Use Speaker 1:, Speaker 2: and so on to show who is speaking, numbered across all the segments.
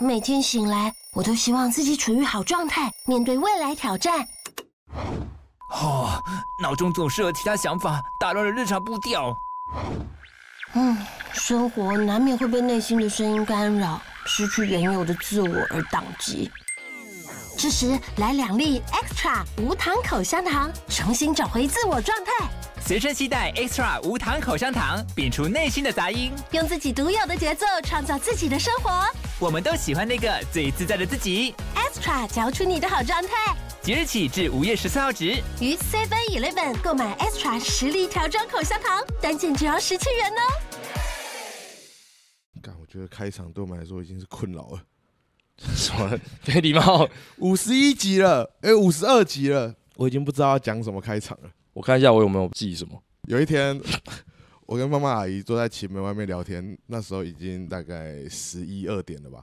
Speaker 1: 每天醒来，我都希望自己处于好状态，面对未来挑战。
Speaker 2: 哦，脑中总是有其他想法，打乱了日常步调。
Speaker 1: 嗯，生活难免会被内心的声音干扰，失去原有的自我而宕机。这时来两粒 extra 无糖口香糖，重新找回自我状态，
Speaker 2: 随身携带 Extra 无糖口香糖，摒除内心的杂音。
Speaker 1: 用自己独有的节奏创造自己的生活。
Speaker 2: 我们都喜欢那个最自在的自己。
Speaker 1: extra 嚼出你的好状态。
Speaker 2: 即日起至五月十四号止。
Speaker 1: 于 Seven Eleven 购买 extra 实力调装口香糖，单件只要十七元哦。
Speaker 3: 干，我觉得开场对我们来说已经是困扰了。
Speaker 4: 什么 没礼貌？
Speaker 3: 五十一集了，哎，五十二集了，我已经不知道要讲什么开场了。
Speaker 4: 我看一下我有没有记什么。
Speaker 3: 有一天，我跟妈妈阿姨坐在前门外面聊天，那时候已经大概十一二点了吧。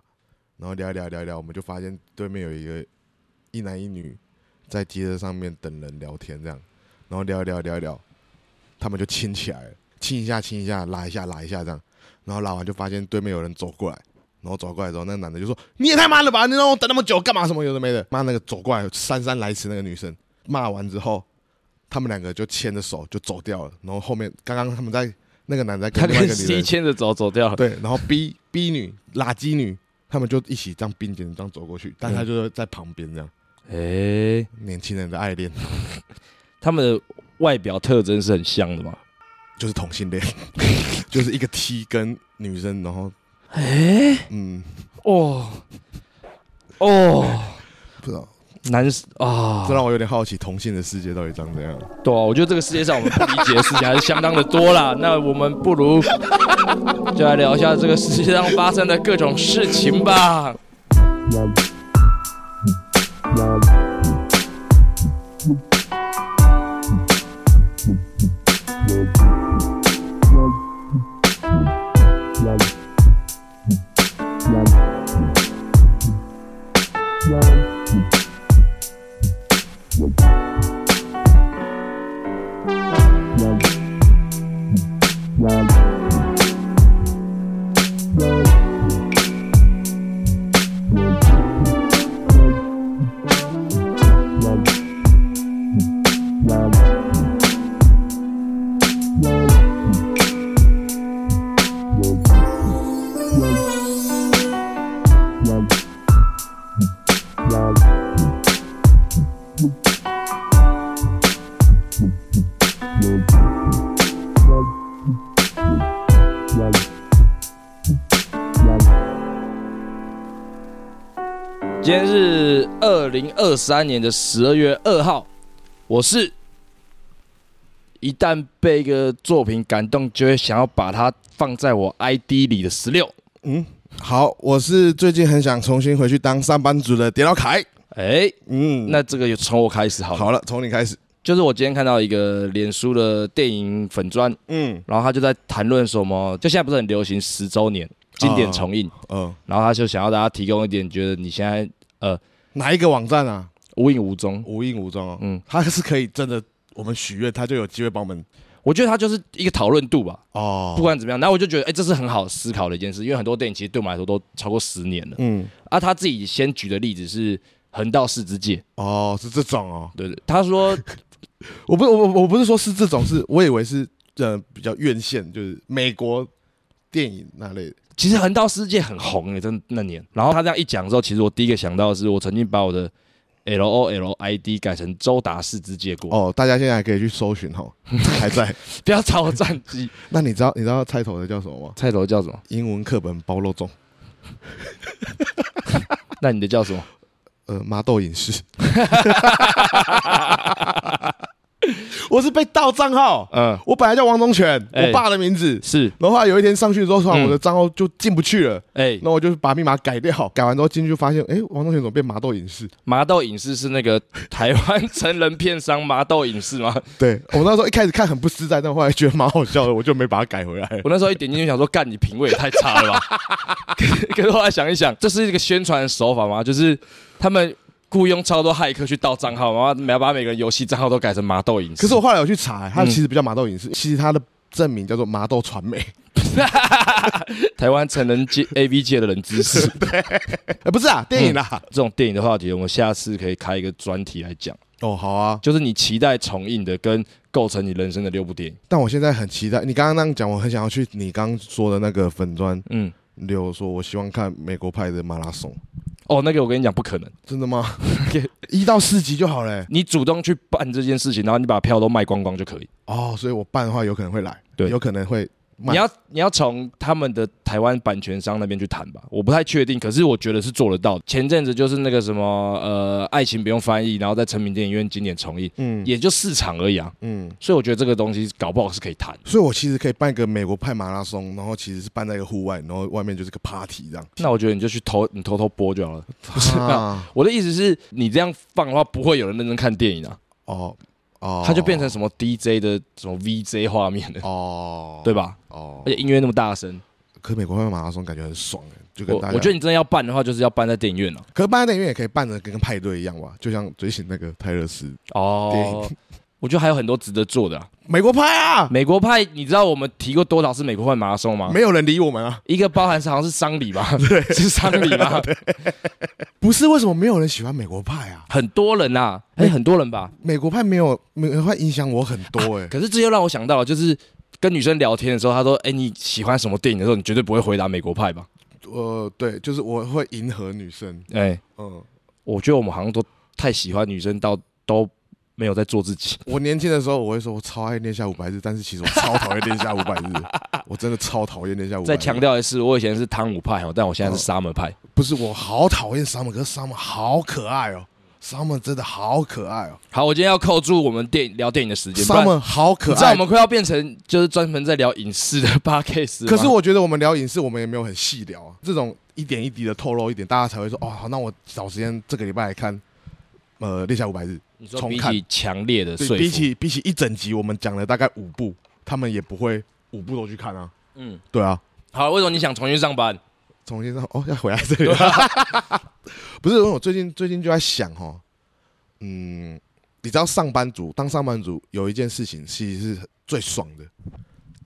Speaker 3: 然后聊一聊聊一聊，我们就发现对面有一个一男一女在街车上面等人聊天，这样。然后聊一聊聊一聊，他们就亲起来了，亲一下亲一下，拉一下拉一下这样。然后拉完就发现对面有人走过来，然后走过来之后，那个男的就说：“你也太慢了吧！你让我等那么久干嘛？什么有的没的。”骂那个走过来姗姗来迟那个女生，骂完之后，他们两个就牵着手就走掉了。然后后面刚刚他们在那个男的在
Speaker 4: 他
Speaker 3: 跟另外一
Speaker 4: 跟
Speaker 3: 个女
Speaker 4: C
Speaker 3: 人
Speaker 4: 牵着走走 掉了。
Speaker 3: 对，然后 B B 女垃圾女，他们就一起这样并肩这样走过
Speaker 4: 嗯
Speaker 3: 去，但他就是在旁边这样。
Speaker 4: 诶，
Speaker 3: 年轻人的爱恋
Speaker 4: 他们的外表特征是很像的嘛？
Speaker 3: 就是同性恋， 就是一个 T 跟女生，然后
Speaker 4: 诶，
Speaker 3: 嗯，
Speaker 4: 哦，哦，
Speaker 3: 不知道，
Speaker 4: 男啊
Speaker 3: 这，让我有点好奇同性的世界到底长怎样。
Speaker 4: 对啊，我觉得这个世界上我们不理解的事情还是相当的多 啦。那我们不如就来聊一下这个世界上发生的各种事情吧。今天是二零二三年的十二月二号，我是一旦被一个作品感动，就会想要把它放在我 ID 里的十六。
Speaker 3: 嗯，好，我是最近很想重新回去当上班族的点老凯。
Speaker 4: 哎，
Speaker 3: 嗯，
Speaker 4: 那这个就从我开始好了。
Speaker 3: 好了，从你开始。
Speaker 4: 就是我今天看到一个脸书的电影粉砖，
Speaker 3: 嗯
Speaker 4: 然后他就在谈论什么，就现在不是很流行十周年经典重映，
Speaker 3: 呃，
Speaker 4: 然后他就想要大家提供一点，觉得你现在
Speaker 3: 哪一个网站啊？
Speaker 4: 无影无踪。
Speaker 3: 无影无踪哦。
Speaker 4: 嗯，
Speaker 3: 他是可以真的，我们许愿，他就有机会帮我们
Speaker 4: 我觉得他就是一个讨论度吧，
Speaker 3: 哦
Speaker 4: 不管怎么样，然后我就觉得，哎、这是很好思考的一件事，因为很多电影其实对我们来说都超过十年了。
Speaker 3: 嗯，
Speaker 4: 啊，他自己先举的例子是《横道世之介》，
Speaker 3: 哦，是这种哦。
Speaker 4: 对对，他说
Speaker 3: 我不，我我我不是说是这种，是我以为是呃比较院线，就是美国电影那类的。
Speaker 4: 其实《横道世之介》很红诶、真的那年。然后他这样一讲之后，其实我第一个想到的是，我曾经把我的 L O L I D 改成周达世之介过，
Speaker 3: 哦，大家现在还可以去搜寻哈，还在。
Speaker 4: 不要找我战机。
Speaker 3: 那你知道你知道菜头的叫什么吗？
Speaker 4: 菜头叫什么？
Speaker 3: 英文课本包肉粽，
Speaker 4: 那你的叫什么？
Speaker 3: 呃，麻豆影视。 我是被盗账号，
Speaker 4: 嗯，
Speaker 3: 我本来叫王忠全，
Speaker 4: 哎
Speaker 3: 我爸的名字。
Speaker 4: 是，
Speaker 3: 然后后来有一天上去之后，突然
Speaker 4: 嗯
Speaker 3: 我的账号就进不去了，
Speaker 4: 哎、
Speaker 3: 那我就把密码改掉，改完之后进去发现，哎，王忠全怎么变麻豆影视？
Speaker 4: 麻豆影视是那个台湾 成人片商麻豆影视吗？
Speaker 3: 对我那时候一开始看很不自在，但后来觉得蛮好笑的，我就没把它改回来。
Speaker 4: 我那时候一点进去想说，干你品味也太差了吧。可是可是后来想一想，这是一个宣传手法吗？就是他们雇佣超多骇客去盗账号，然后每把每个人游戏账号都改成麻豆影视。嗯
Speaker 3: 可是我后来有去查，它其实不叫麻豆影视，其实它的正名叫做麻豆传媒。
Speaker 4: 台湾成人界 A V 界的冷知识。嗯
Speaker 3: 哎，不是啊，电影啦。
Speaker 4: 这种电影的话题，我们下次可以开一个专题来讲，
Speaker 3: 哦，好啊，
Speaker 4: 就是你期待重映的跟构成你人生的六部电影。
Speaker 3: 但我现在很期待，你刚刚那样讲，我很想要去你刚刚说的那个粉砖
Speaker 4: 嗯，
Speaker 3: 留说，我希望看美国派的马拉松，
Speaker 4: 哦，那个我跟你讲不可能，
Speaker 3: 真的 吗？一到四集就好欸嘞。
Speaker 4: 你主动去办这件事情，然后你把票都卖光光就可以。
Speaker 3: 哦，所以我办的话有可能会来，
Speaker 4: 对
Speaker 3: 有可能会卖。
Speaker 4: 你要你要从他们的台湾版权商那边去谈吧，我不太确定，可是我觉得是做得到的。前阵子就是那个什么呃，爱情不用翻译，然后在成品电影院经典重映，
Speaker 3: 嗯
Speaker 4: 也就四场而已啊，
Speaker 3: 嗯，
Speaker 4: 所以我觉得这个东西搞不好是可以 谈。
Speaker 3: 所以我其实可以办一个美国派马拉松，然后其实是办在一个户外，然后外面就是个 party 这样。
Speaker 4: 那我觉得你就去偷你偷偷播就好了。不 是
Speaker 3: 啊
Speaker 4: 我的意思是，你这样放的话，不会有人认真看电影啊，
Speaker 3: 哦哦，
Speaker 4: 它就变成什么 DJ 的什么 VJ 画面了，
Speaker 3: 哦，
Speaker 4: 对吧？哎
Speaker 3: 哦
Speaker 4: 而，且音乐那么大声，
Speaker 3: 可是美国派马拉松感觉很爽哎，就跟
Speaker 4: 我
Speaker 3: 大家，
Speaker 4: 我觉得你真的要办的话，就是要办在电影院啊了。
Speaker 3: 可是办在电影院也可以办的跟个派对一样吧，就像最近那个泰勒斯电
Speaker 4: 哦
Speaker 3: 影，
Speaker 4: 我觉得还有很多值得做的啊、
Speaker 3: 美国派啊，
Speaker 4: 美国派，你知道我们提过多少次美国派马拉松吗？
Speaker 3: 没有人理我们啊，
Speaker 4: 一个包含是好像是丧 礼吧，是丧礼吧，
Speaker 3: 不是为什么没有人喜欢美国派啊？
Speaker 4: 很多人啊，哎、
Speaker 3: 美
Speaker 4: 很多人吧。
Speaker 3: 美国派没有美国派影响我很多哎，
Speaker 4: 可是这又让我想到了，就是跟女生聊天的时候，她说：“哎、你喜欢什么电影的时候，你绝对不会回答美国派吧
Speaker 3: 呃，对，就是我会迎合女生，？”
Speaker 4: 哎、
Speaker 3: 嗯，
Speaker 4: 我觉得我们好像都太喜欢女生到都没有在做自己。
Speaker 3: 我年轻的时候我会说我超爱恋下五百日，但是其实我超讨厌恋下五百 日，我真的超讨厌恋下五百
Speaker 4: 再
Speaker 3: 日。
Speaker 4: 强调一次，我以前是汤姆派哦，但我现
Speaker 3: 嗯
Speaker 4: 在是沙门派。
Speaker 3: 不是我好讨厌 Summer，可是 Summer 好可爱哦，Summer 真的好可爱哦
Speaker 4: 好，我今天要扣住我们电影聊电影的时间，不然
Speaker 3: ，Summer 好可
Speaker 4: 你知道
Speaker 3: 爱
Speaker 4: 我。们快要变成就是专门在聊影视的 p o d c a s
Speaker 3: 可是我觉得我们聊影视，我们也没有很细聊啊，这种一点一滴的透露一点，大家才会说哦，好，那我找时间这个礼拜来看，呃，恋下五百日。
Speaker 4: 你说
Speaker 3: 重
Speaker 4: 比
Speaker 3: 看
Speaker 4: 起强烈的说服，
Speaker 3: 对比起比起一整集，我们讲了大概五部，他们也不会五部都去看啊。
Speaker 4: 嗯，
Speaker 3: 对啊，
Speaker 4: 好，为什么你想重新上班？
Speaker 3: 重新上哦，要回来这里了。 不是，因为我最近最近就在想哦，嗯，你知道上班族当上班族有一件事情其实是最爽的，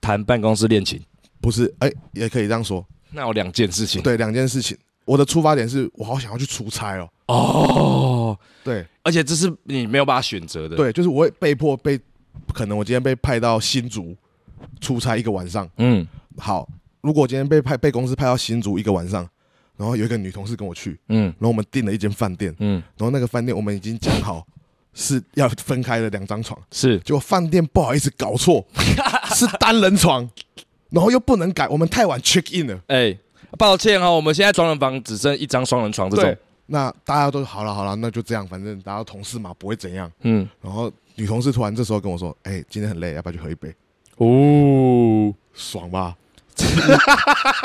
Speaker 4: 谈办公室恋情。
Speaker 3: 不是？哎、也可以这样说，
Speaker 4: 那有两件事情
Speaker 3: 对，两件事情。我的出发点是我好想要去出差哦，
Speaker 4: 哦，
Speaker 3: 对
Speaker 4: 而且这是你没有办法选择的。，
Speaker 3: 对，就是我会被迫被，可能我今天被派到新竹出差一个晚上。
Speaker 4: 嗯，
Speaker 3: 好，如果我今天被派被公司派到新竹一个晚上，然后有一个女同事跟我去，
Speaker 4: 嗯
Speaker 3: 然后我们订了一间饭店，
Speaker 4: 嗯，
Speaker 3: 然后那个饭店我们已经讲好是要分开的两张床，
Speaker 4: 是
Speaker 3: 结果饭店不好意思搞 错，是单人床，然后又不能改，我们太晚 check in 了。
Speaker 4: 哎、抱歉哦，我们现在双人房只剩一张双人床这种
Speaker 3: 对。，那大家都好了好了，那就这样，反正大家同事嘛，不会怎样。
Speaker 4: 嗯，
Speaker 3: 然后女同事突然这时候跟我说：“哎、今天很累，要不要去喝一杯？
Speaker 4: 哦，
Speaker 3: 爽吧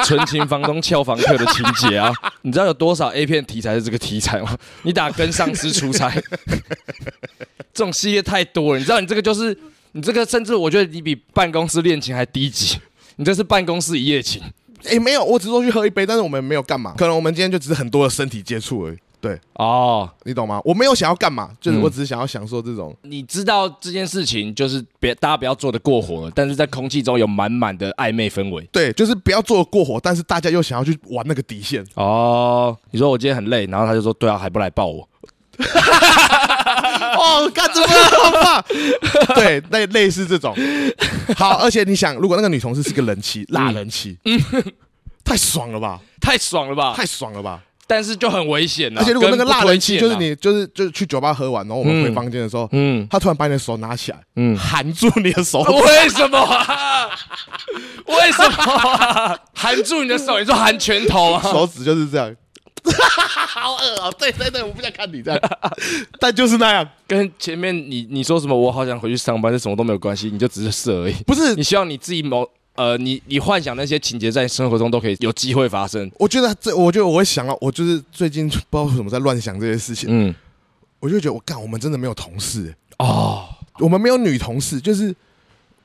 Speaker 4: 纯情房东撬房客的情节啊！ 你知道有多少 A 片题材是这个题材吗？你打跟上司出差， 这种系列太多了。你知道你这个就是你这个，甚至我觉得你比办公室恋情还低级。你这是办公室一夜情。？”
Speaker 3: 哎、没有，我只是说去喝一杯，但是我们没有干嘛，可能我们今天就只是很多的身体接触而已。对
Speaker 4: 哦，
Speaker 3: 你懂吗？我没有想要干嘛，就是
Speaker 4: 嗯
Speaker 3: 我只是想要享受这种。
Speaker 4: 你知道这件事情就是别大家不要做的过火了，但是在空气中有满满的暧昧氛围。
Speaker 3: 对，就是不要做得过火，但是大家又想要去玩那个底 线。
Speaker 4: 哦，你说我今天很累，然后他就说对啊，还不来抱我。
Speaker 3: 哦，干什么？ 对，类类似这种。好，而且你想，如果那个女同事是个人妻，辣
Speaker 4: 嗯
Speaker 3: 人妻，太爽了吧？
Speaker 4: 太爽了吧！
Speaker 3: 太爽了吧？
Speaker 4: 但是就很危险、啊。
Speaker 3: 而且如果那个
Speaker 4: 跟不
Speaker 3: 辣
Speaker 4: 推
Speaker 3: 人妻
Speaker 4: 荐啊
Speaker 3: 就是，你，就是就是去酒吧喝完，然后我们回房间的时候，
Speaker 4: 嗯
Speaker 3: 她突然把你的手拿起来，
Speaker 4: 嗯，
Speaker 3: 含住你的 手，
Speaker 4: 为什么、 啊？为什么、啊、含住你的手？你说含拳头 啊？
Speaker 3: 手指就是这样。好恶哦！对对对，我不想看你这样， 但就是那样，
Speaker 4: 跟前面你你说什么？我好想回去上班，这什么都没有关系，你就只是射而已。
Speaker 3: 不是
Speaker 4: 你希望你自己某呃，你你幻想那些情节在生活中都可以有机会发生。
Speaker 3: 我觉得这，我觉得我会想到，我就是最近不知道为什么在乱想这些事情，
Speaker 4: 嗯，
Speaker 3: 我就觉得我干，我们真的没有同事、欸
Speaker 4: 哦，
Speaker 3: 我们没有女同事，就是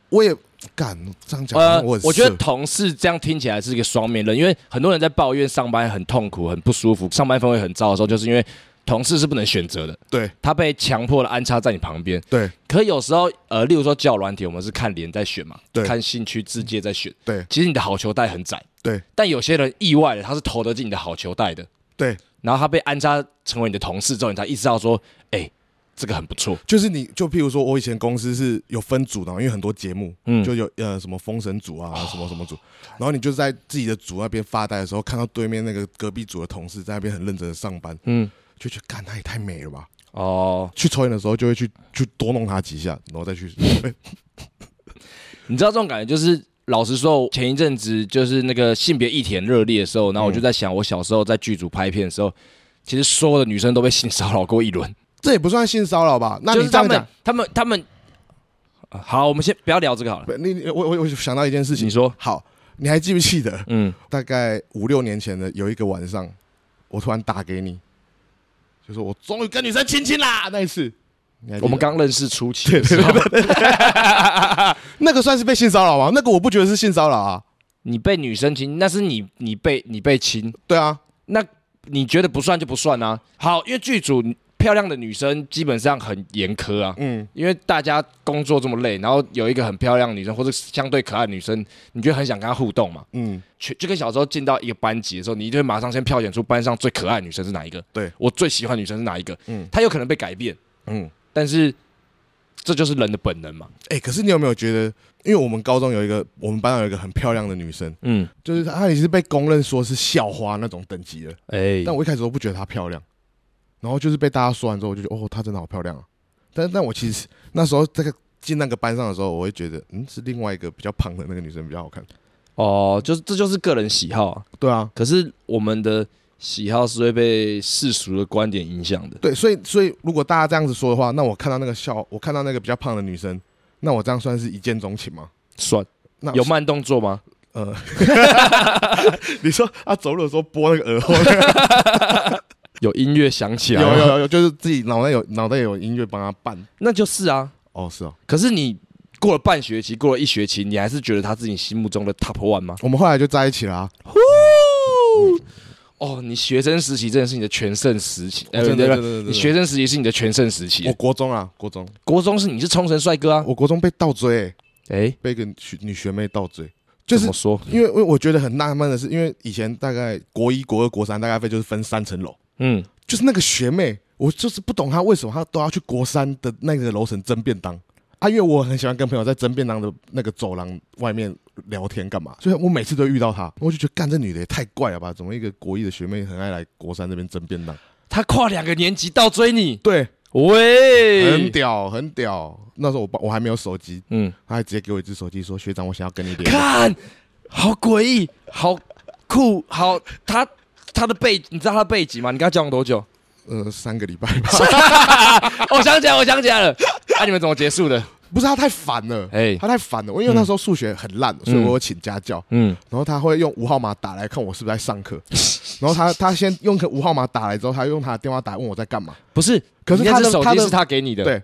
Speaker 3: 我也干这样讲，
Speaker 4: 呃，
Speaker 3: 啊我很
Speaker 4: 我觉得
Speaker 3: 色
Speaker 4: 同事这样听起来是一个双面人，因为很多人在抱怨上班很痛苦、很不舒服，上班氛围很糟的时候，就是因为同事是不能选择的，
Speaker 3: 对
Speaker 4: 他被强迫的安插在你旁边。
Speaker 3: 对
Speaker 4: 可有时候，呃，例如说教软体，我们是看脸在选嘛，
Speaker 3: 对
Speaker 4: 看兴趣字界在选。
Speaker 3: 对
Speaker 4: 其实你的好球带很窄，
Speaker 3: 对
Speaker 4: 但有些人意外的，他是投得进你的好球带的，
Speaker 3: 对，
Speaker 4: 然后他被安插成为你的同事之后，你才意识到说，哎、这个很不错。
Speaker 3: 就是你就譬如说，我以前公司是有分组的嘛，因为很多节目，
Speaker 4: 嗯哦
Speaker 3: 就有呃什么封神组啊，什么什么组，然后你就在自己的组那边发呆的时候，看到对面那个隔壁组的同事在那边很认真的上班，
Speaker 4: 嗯，
Speaker 3: 就觉得干他也太美了吧。
Speaker 4: 哦，
Speaker 3: 去抽烟的时候就会去去多弄他几下，然后再去。
Speaker 4: 你知道这种感觉就是。老实说，前一阵子就是那个性别议题很热烈的时候，然后我就在想，我小时候在剧组拍片的时候，其实所有的女生都被性骚扰过 一轮。
Speaker 3: 这也不算性骚扰吧？那
Speaker 4: 就
Speaker 3: 你
Speaker 4: 是
Speaker 3: 这
Speaker 4: 他
Speaker 3: 样
Speaker 4: 们
Speaker 3: 讲，，
Speaker 4: 他们，他们，啊好，我们先不要聊这个好了。
Speaker 3: 不你你我我我想到一件事情，
Speaker 4: 你说，
Speaker 3: 好，你还记不记得
Speaker 4: 嗯，
Speaker 3: 大概五六年前的有一个晚上，我突然打给你，就说我终于跟女生亲亲啦那一次。你还记得
Speaker 4: 我们刚认识初期的时候，
Speaker 3: 那个算是被性骚扰吗？那个我不觉得是性骚扰啊。
Speaker 4: 你被女生亲，那是你你被你被亲，
Speaker 3: 对啊，
Speaker 4: 那你觉得不算就不算啊。好，因为剧组漂亮的女生基本上很严苛啊，
Speaker 3: 嗯，
Speaker 4: 因为大家工作这么累，然后有一个很漂亮的女生或者相对可爱的女生，你就很想跟她互动嘛。
Speaker 3: 嗯，
Speaker 4: 全就跟小时候进到一个班级的时候，你就会马上先票选出班上最可爱的女生是哪一个，
Speaker 3: 对
Speaker 4: 我最喜欢的女生是哪一个，
Speaker 3: 嗯
Speaker 4: 嗯，她有可能被改变，
Speaker 3: 嗯
Speaker 4: 嗯，但是这就是人的本能嘛，
Speaker 3: 哎、可是你有没有觉得，因为我们高中有一个，我们班上有一个很漂亮的女生，
Speaker 4: 嗯，
Speaker 3: 就是她也是被公认说是校花那种等级的，
Speaker 4: 哎、
Speaker 3: 但我一开始都不觉得她漂亮，然后就是被大家说完之后，我就觉得哦，她真的好漂亮啊。但但我其实那时候这个进那个班上的时候，我会觉得，嗯，是另外一个比较胖的那个女生比较好看。
Speaker 4: 哦，就是这就是个人喜好、啊，
Speaker 3: 对啊，
Speaker 4: 可是我们的喜好是会被世俗的观点影响的，
Speaker 3: 对，所以所以如果大家这样子说的话，那我看到那个校，我看到那个比较胖的女生，那我这样算是一见钟情吗？
Speaker 4: 算
Speaker 3: 那
Speaker 4: 有慢动作吗？
Speaker 3: 呃， 你说他走路的时候拨那个耳环，
Speaker 4: 有音乐响起
Speaker 3: 有
Speaker 4: 来吗，
Speaker 3: 有有有，就是自己脑袋有脑袋有音乐帮他伴。
Speaker 4: 那就是啊，
Speaker 3: 哦，是哦，
Speaker 4: 可是你。过了半学期，过了一学期，你还是觉得他自己心目中的 top one 吗？
Speaker 3: 我们后来就在一起了、啊。
Speaker 4: 哦，你学生时期真的是你的全盛时期，呃，
Speaker 3: 真的
Speaker 4: 对
Speaker 3: 真
Speaker 4: 吧
Speaker 3: 的真的
Speaker 4: 你学生时期是你的全盛时
Speaker 3: 我
Speaker 4: 期。
Speaker 3: 国中啊，国中，
Speaker 4: 国中是你是冲绳帅哥啊，
Speaker 3: 我国中被倒追、欸，
Speaker 4: 哎，
Speaker 3: 被一个学女学妹倒追，就
Speaker 4: 怎
Speaker 3: 是
Speaker 4: 么说？
Speaker 3: 因为因为我觉得很纳闷的是，因为以前大概国一、国二、国三大概分就是分三层楼，
Speaker 4: 嗯，
Speaker 3: 就是那个学妹，我就是不懂她为什么她都要去国三的那个楼层蒸便当啊，因为我很喜欢跟朋友在蒸便当的那个走廊外面聊天干嘛，所以我每次都遇到她，我就觉得干这女的也太怪了吧，怎么一个国一的学妹很爱来国三这边蒸便当？
Speaker 4: 他跨两个年级倒追你，
Speaker 3: 对，哎很
Speaker 4: 喂，
Speaker 3: 屌，很屌。那时候我爸我还没有手机，
Speaker 4: 嗯，
Speaker 3: 他还直接给我一只手机说：“学长，我想要跟你联络。
Speaker 4: 看，好诡异，好酷，好他他的背，你知道他的背景吗？你跟他交往多久？”
Speaker 3: 呃，三个礼拜吧。
Speaker 4: 哦我想起来，我想起来 了，啊，你们怎么结束的？
Speaker 3: 不是他太烦了，
Speaker 4: 哎
Speaker 3: 他太烦了。我因为那时候数学很烂，所以我有请家教。
Speaker 4: 嗯，
Speaker 3: 然后他会用五号码打来看我是不是在上课，然后他他先用个五号码打来之后，他用他的电话打来问我在干嘛，
Speaker 4: 不是，
Speaker 3: 可是
Speaker 4: 你那
Speaker 3: 他的
Speaker 4: 只手
Speaker 3: 他
Speaker 4: 机
Speaker 3: 的
Speaker 4: 是他给你的，
Speaker 3: 对，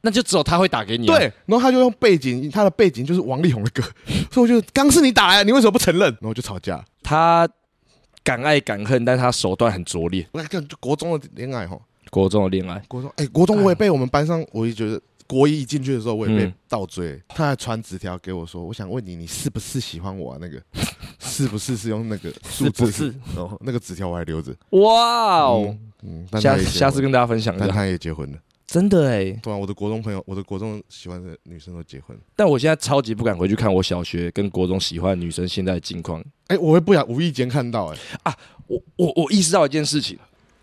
Speaker 4: 那就只有他会打给你啊。
Speaker 3: 对，然后他就用背景，他的背景就是王力宏的歌，所以我就刚是你打来的，你为什么不承认？然后就吵架，
Speaker 4: 他敢爱敢恨，但他手段很拙劣。
Speaker 3: 我看就国中的恋爱哈，
Speaker 4: 国中的恋爱，
Speaker 3: 国中哎、国中我也被我们班上，我也觉得国一一进去的时候我也被
Speaker 4: 嗯
Speaker 3: 倒追，他还传纸条给我说，我想问你，你是不是喜欢我啊？那个 是不是是用 那个数字？
Speaker 4: 不是？
Speaker 3: 哦，那个纸条我还留着。
Speaker 4: 哇哦！
Speaker 3: 嗯，但
Speaker 4: 下
Speaker 3: 他也
Speaker 4: 次
Speaker 3: 结
Speaker 4: 下次
Speaker 3: 婚了
Speaker 4: 跟大家分享一
Speaker 3: 但
Speaker 4: 下，
Speaker 3: 他也结婚了。
Speaker 4: 真的哎！
Speaker 3: 对啊，我的国中朋友，我的国中喜欢的女生都结婚。
Speaker 4: 但我现在超级不敢回去看我小学跟国中喜欢的女生现在的近况。
Speaker 3: 哎、我会不想无意间看到、哎，
Speaker 4: 我我我意识到一件事情，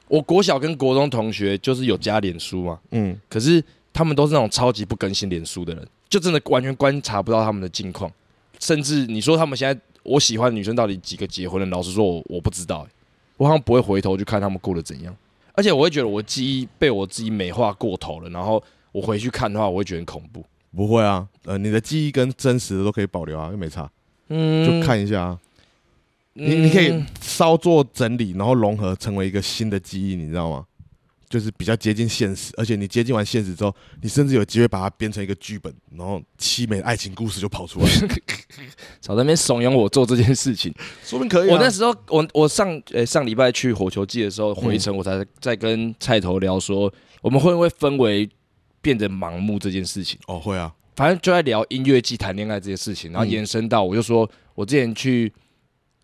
Speaker 4: 我国小跟国中同学就是有加脸书嘛，
Speaker 3: 嗯，
Speaker 4: 可是他们都是那种超级不更新脸书的人，就真的完全观察不到他们的近况，甚至你说他们现在我喜欢的女生到底几个结婚了，老实说我我不知道、欸我好像不会回头去看他们过得怎样，而且我会觉得我记忆被我自己美化过头了，然后我回去看的话，我会觉得很恐怖。
Speaker 3: 不会啊，呃，你的记忆跟真实的都可以保留啊，又没差，
Speaker 4: 嗯
Speaker 3: 就看一下啊。你你可以稍作整理，然后融合成为一个新的记忆，你知道吗？就是比较接近现实，而且你接近完现实之后，你甚至有机会把它编成一个剧本，然后凄美的爱情故事就跑 出来，
Speaker 4: 少在那边怂恿我做这件事情。
Speaker 3: 说不定可以、啊。
Speaker 4: 我那时候，我我上呃、上礼拜去火球季的时候，回程我才在跟菜头聊说，我们会不会氛围变得盲目这件事情？
Speaker 3: 哦会啊，
Speaker 4: 反正就在聊音乐季谈恋爱这件事情，然后
Speaker 3: 嗯
Speaker 4: 延伸到我就说，我之前去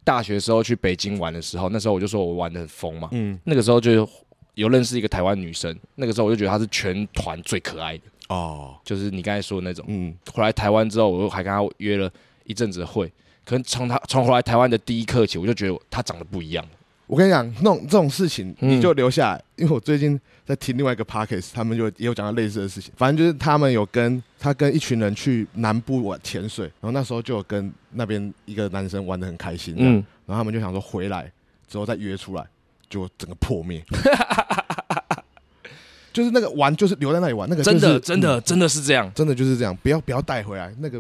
Speaker 4: 大学的时候去北京玩的时候，那时候我就说我玩的很疯嘛，
Speaker 3: 嗯
Speaker 4: 那个时候就有认识一个台湾女生，那个时候我就觉得她是全团最可爱的，
Speaker 3: 哦
Speaker 4: 就是你刚才说的那种。
Speaker 3: 嗯
Speaker 4: 回来台湾之后，我又还跟她约了一阵子的会，可能从她从回来台湾的第一刻起，我就觉得她长得不一样。
Speaker 3: 我跟你讲，那种这种事情
Speaker 4: 嗯
Speaker 3: 你就留下来，因为我最近在听另外一个 podcast，他们就也有讲到类似的事情。反正就是他们有跟他跟一群人去南部玩潜水，然后那时候就有跟那边一个男生玩的很开心，嗯，
Speaker 4: 嗯，
Speaker 3: 然后他们就想说回来之后再约出来，就整个破灭。 就是那个玩，就是留在那里玩，那个、就是、
Speaker 4: 真的真的
Speaker 3: 嗯
Speaker 4: 真的是这样，
Speaker 3: 真的就是这样，不要不要带回来，那个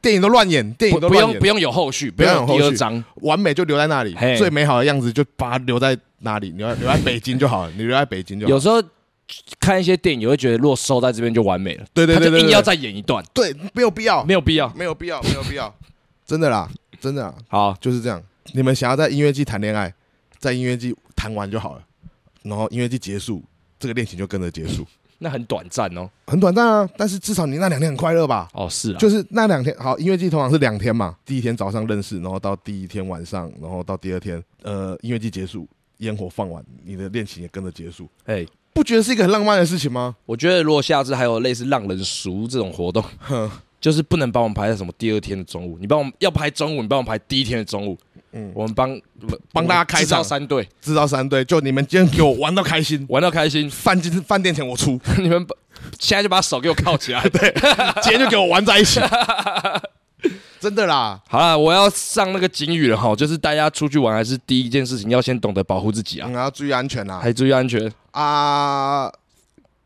Speaker 3: 电影都乱演，电
Speaker 4: 不
Speaker 3: 影都
Speaker 4: 不
Speaker 3: 乱
Speaker 4: 用
Speaker 3: 演，
Speaker 4: 不用有后续，不
Speaker 3: 要
Speaker 4: 用
Speaker 3: 有后
Speaker 4: 第二
Speaker 3: 续
Speaker 4: 章。
Speaker 3: 完美就留在那里
Speaker 4: 嘿，
Speaker 3: 最美好的样子就把它留在哪里，留在留在北京就好了，你留在北京就好
Speaker 4: 有。时候看一些电影，你会觉得如果收在这边就完美了，
Speaker 3: 对对
Speaker 4: 他
Speaker 3: 对
Speaker 4: 就
Speaker 3: 对
Speaker 4: 硬
Speaker 3: 对，哦
Speaker 4: 要再演一段，
Speaker 3: 对，没有必要，
Speaker 4: 没有必要。
Speaker 3: 没有必要，没有必要， 真的啦，真的啦，
Speaker 4: 好，
Speaker 3: 就是这样。你们想要在音乐季谈恋爱，在音乐季谈完就好了，然后音乐季结束，这个恋情就跟着结束，
Speaker 4: 那很短暂哦。
Speaker 3: 很短暂啊，但是至少你那两天很快乐吧。
Speaker 4: 哦，是啊，
Speaker 3: 就是那两天，好，音乐季通常是两天嘛，第一天早上认识，然后到第一天晚上，然后到第二天，呃，音乐季结束，烟火放完，你的恋情也跟着结束，
Speaker 4: 哎，
Speaker 3: 不觉得是一个很浪漫的事情吗？
Speaker 4: 我觉得如果下次还有类似让人熟这种活动，
Speaker 3: 哼，
Speaker 4: 就是不能帮我们排在什么第二天的中午，你帮我们要排中午，你帮我们排第一天的中午，
Speaker 3: 嗯，
Speaker 4: 我们帮
Speaker 3: 帮大家开
Speaker 4: 制造
Speaker 3: 场
Speaker 4: 三队，
Speaker 3: 知道三队，就你们今天给我玩到开心，，
Speaker 4: 玩到开心
Speaker 3: 饭今饭店钱我出，
Speaker 4: 你们把 现在就把手给我铐起来。
Speaker 3: 今天就给我玩在一起，真的啦，
Speaker 4: 好了，我要上那个警语了哈，就是大家出去玩还是第一件事情要先懂得保护自己啊
Speaker 3: 嗯，，要注意安全啦，
Speaker 4: 还注意安全，
Speaker 3: 啊，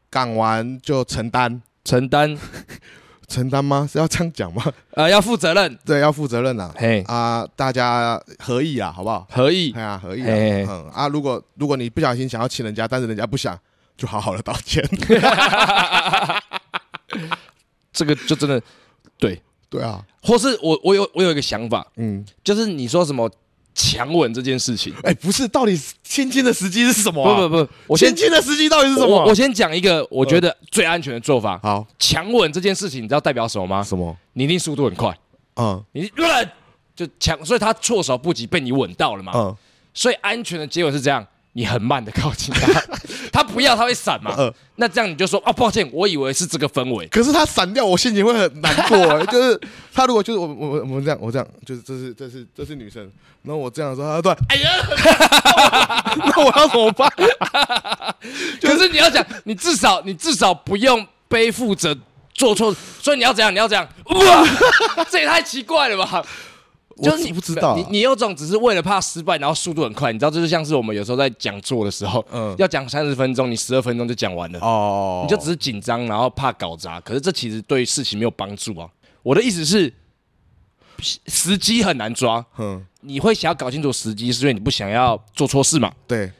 Speaker 3: 港完就承担，
Speaker 4: 承担
Speaker 3: 承担吗？是要这样讲吗？
Speaker 4: 呃要负责任，
Speaker 3: 对，要负责任啦，
Speaker 4: 嘿，
Speaker 3: 啊，大家合意啊，好不好？
Speaker 4: 合意
Speaker 3: 哎呀，合意啊，
Speaker 4: 嘿嘿嘿
Speaker 3: 嗯啊，如果如果你不小心想要亲人家，但是人家不想，就好好的道歉。
Speaker 4: 这个就真的 对，
Speaker 3: 对啊，
Speaker 4: 或是我我有我有一个想法，
Speaker 3: 嗯，
Speaker 4: 就是你说什么强吻这件事情，
Speaker 3: 哎，不 是，到底亲亲的时机是什么啊？
Speaker 4: 不不不，我先
Speaker 3: 亲亲的时机到底是什么呃
Speaker 4: 我？我先讲一个我觉得最安全的做法，
Speaker 3: 好，
Speaker 4: 强吻这件事情，你知道代表什么吗？
Speaker 3: 什么？
Speaker 4: 你一定速度很快，
Speaker 3: 嗯
Speaker 4: 你呃就强，所以他措手不及被你吻到了嘛，
Speaker 3: 嗯
Speaker 4: 所以安全的结果是这样。你很慢的靠近 他，他不要他会闪嘛？
Speaker 3: 嗯。
Speaker 4: 那这样你就说啊，抱歉，我以为是这个氛围。
Speaker 3: 可是他闪掉，我心情会很难过、 哎就是他如果就是我我我我们这样，我这样，就是这是这是这是女生，然后我这样的时候，他突然哎呀， 那我要怎么办？
Speaker 4: 可是你要想，你至少你至少不用背负着做错，所以你要怎样？你要怎样？哇， 这也太奇怪了吧！就是你
Speaker 3: 我不知道啊
Speaker 4: 你你有种只是为了怕失败，然后速度很快，你知道，这就像是我们有时候在讲座的时候，
Speaker 3: 嗯
Speaker 4: 要讲三十分钟，你十二分钟就讲完了，
Speaker 3: 哦
Speaker 4: 你就只是紧张，然后怕搞砸。可是这其实对事情没有帮助啊。我的意思是，时时机很难抓，
Speaker 3: 嗯，
Speaker 4: 你会想要搞清楚时机，是因为你不想要做错事嘛？
Speaker 3: 对，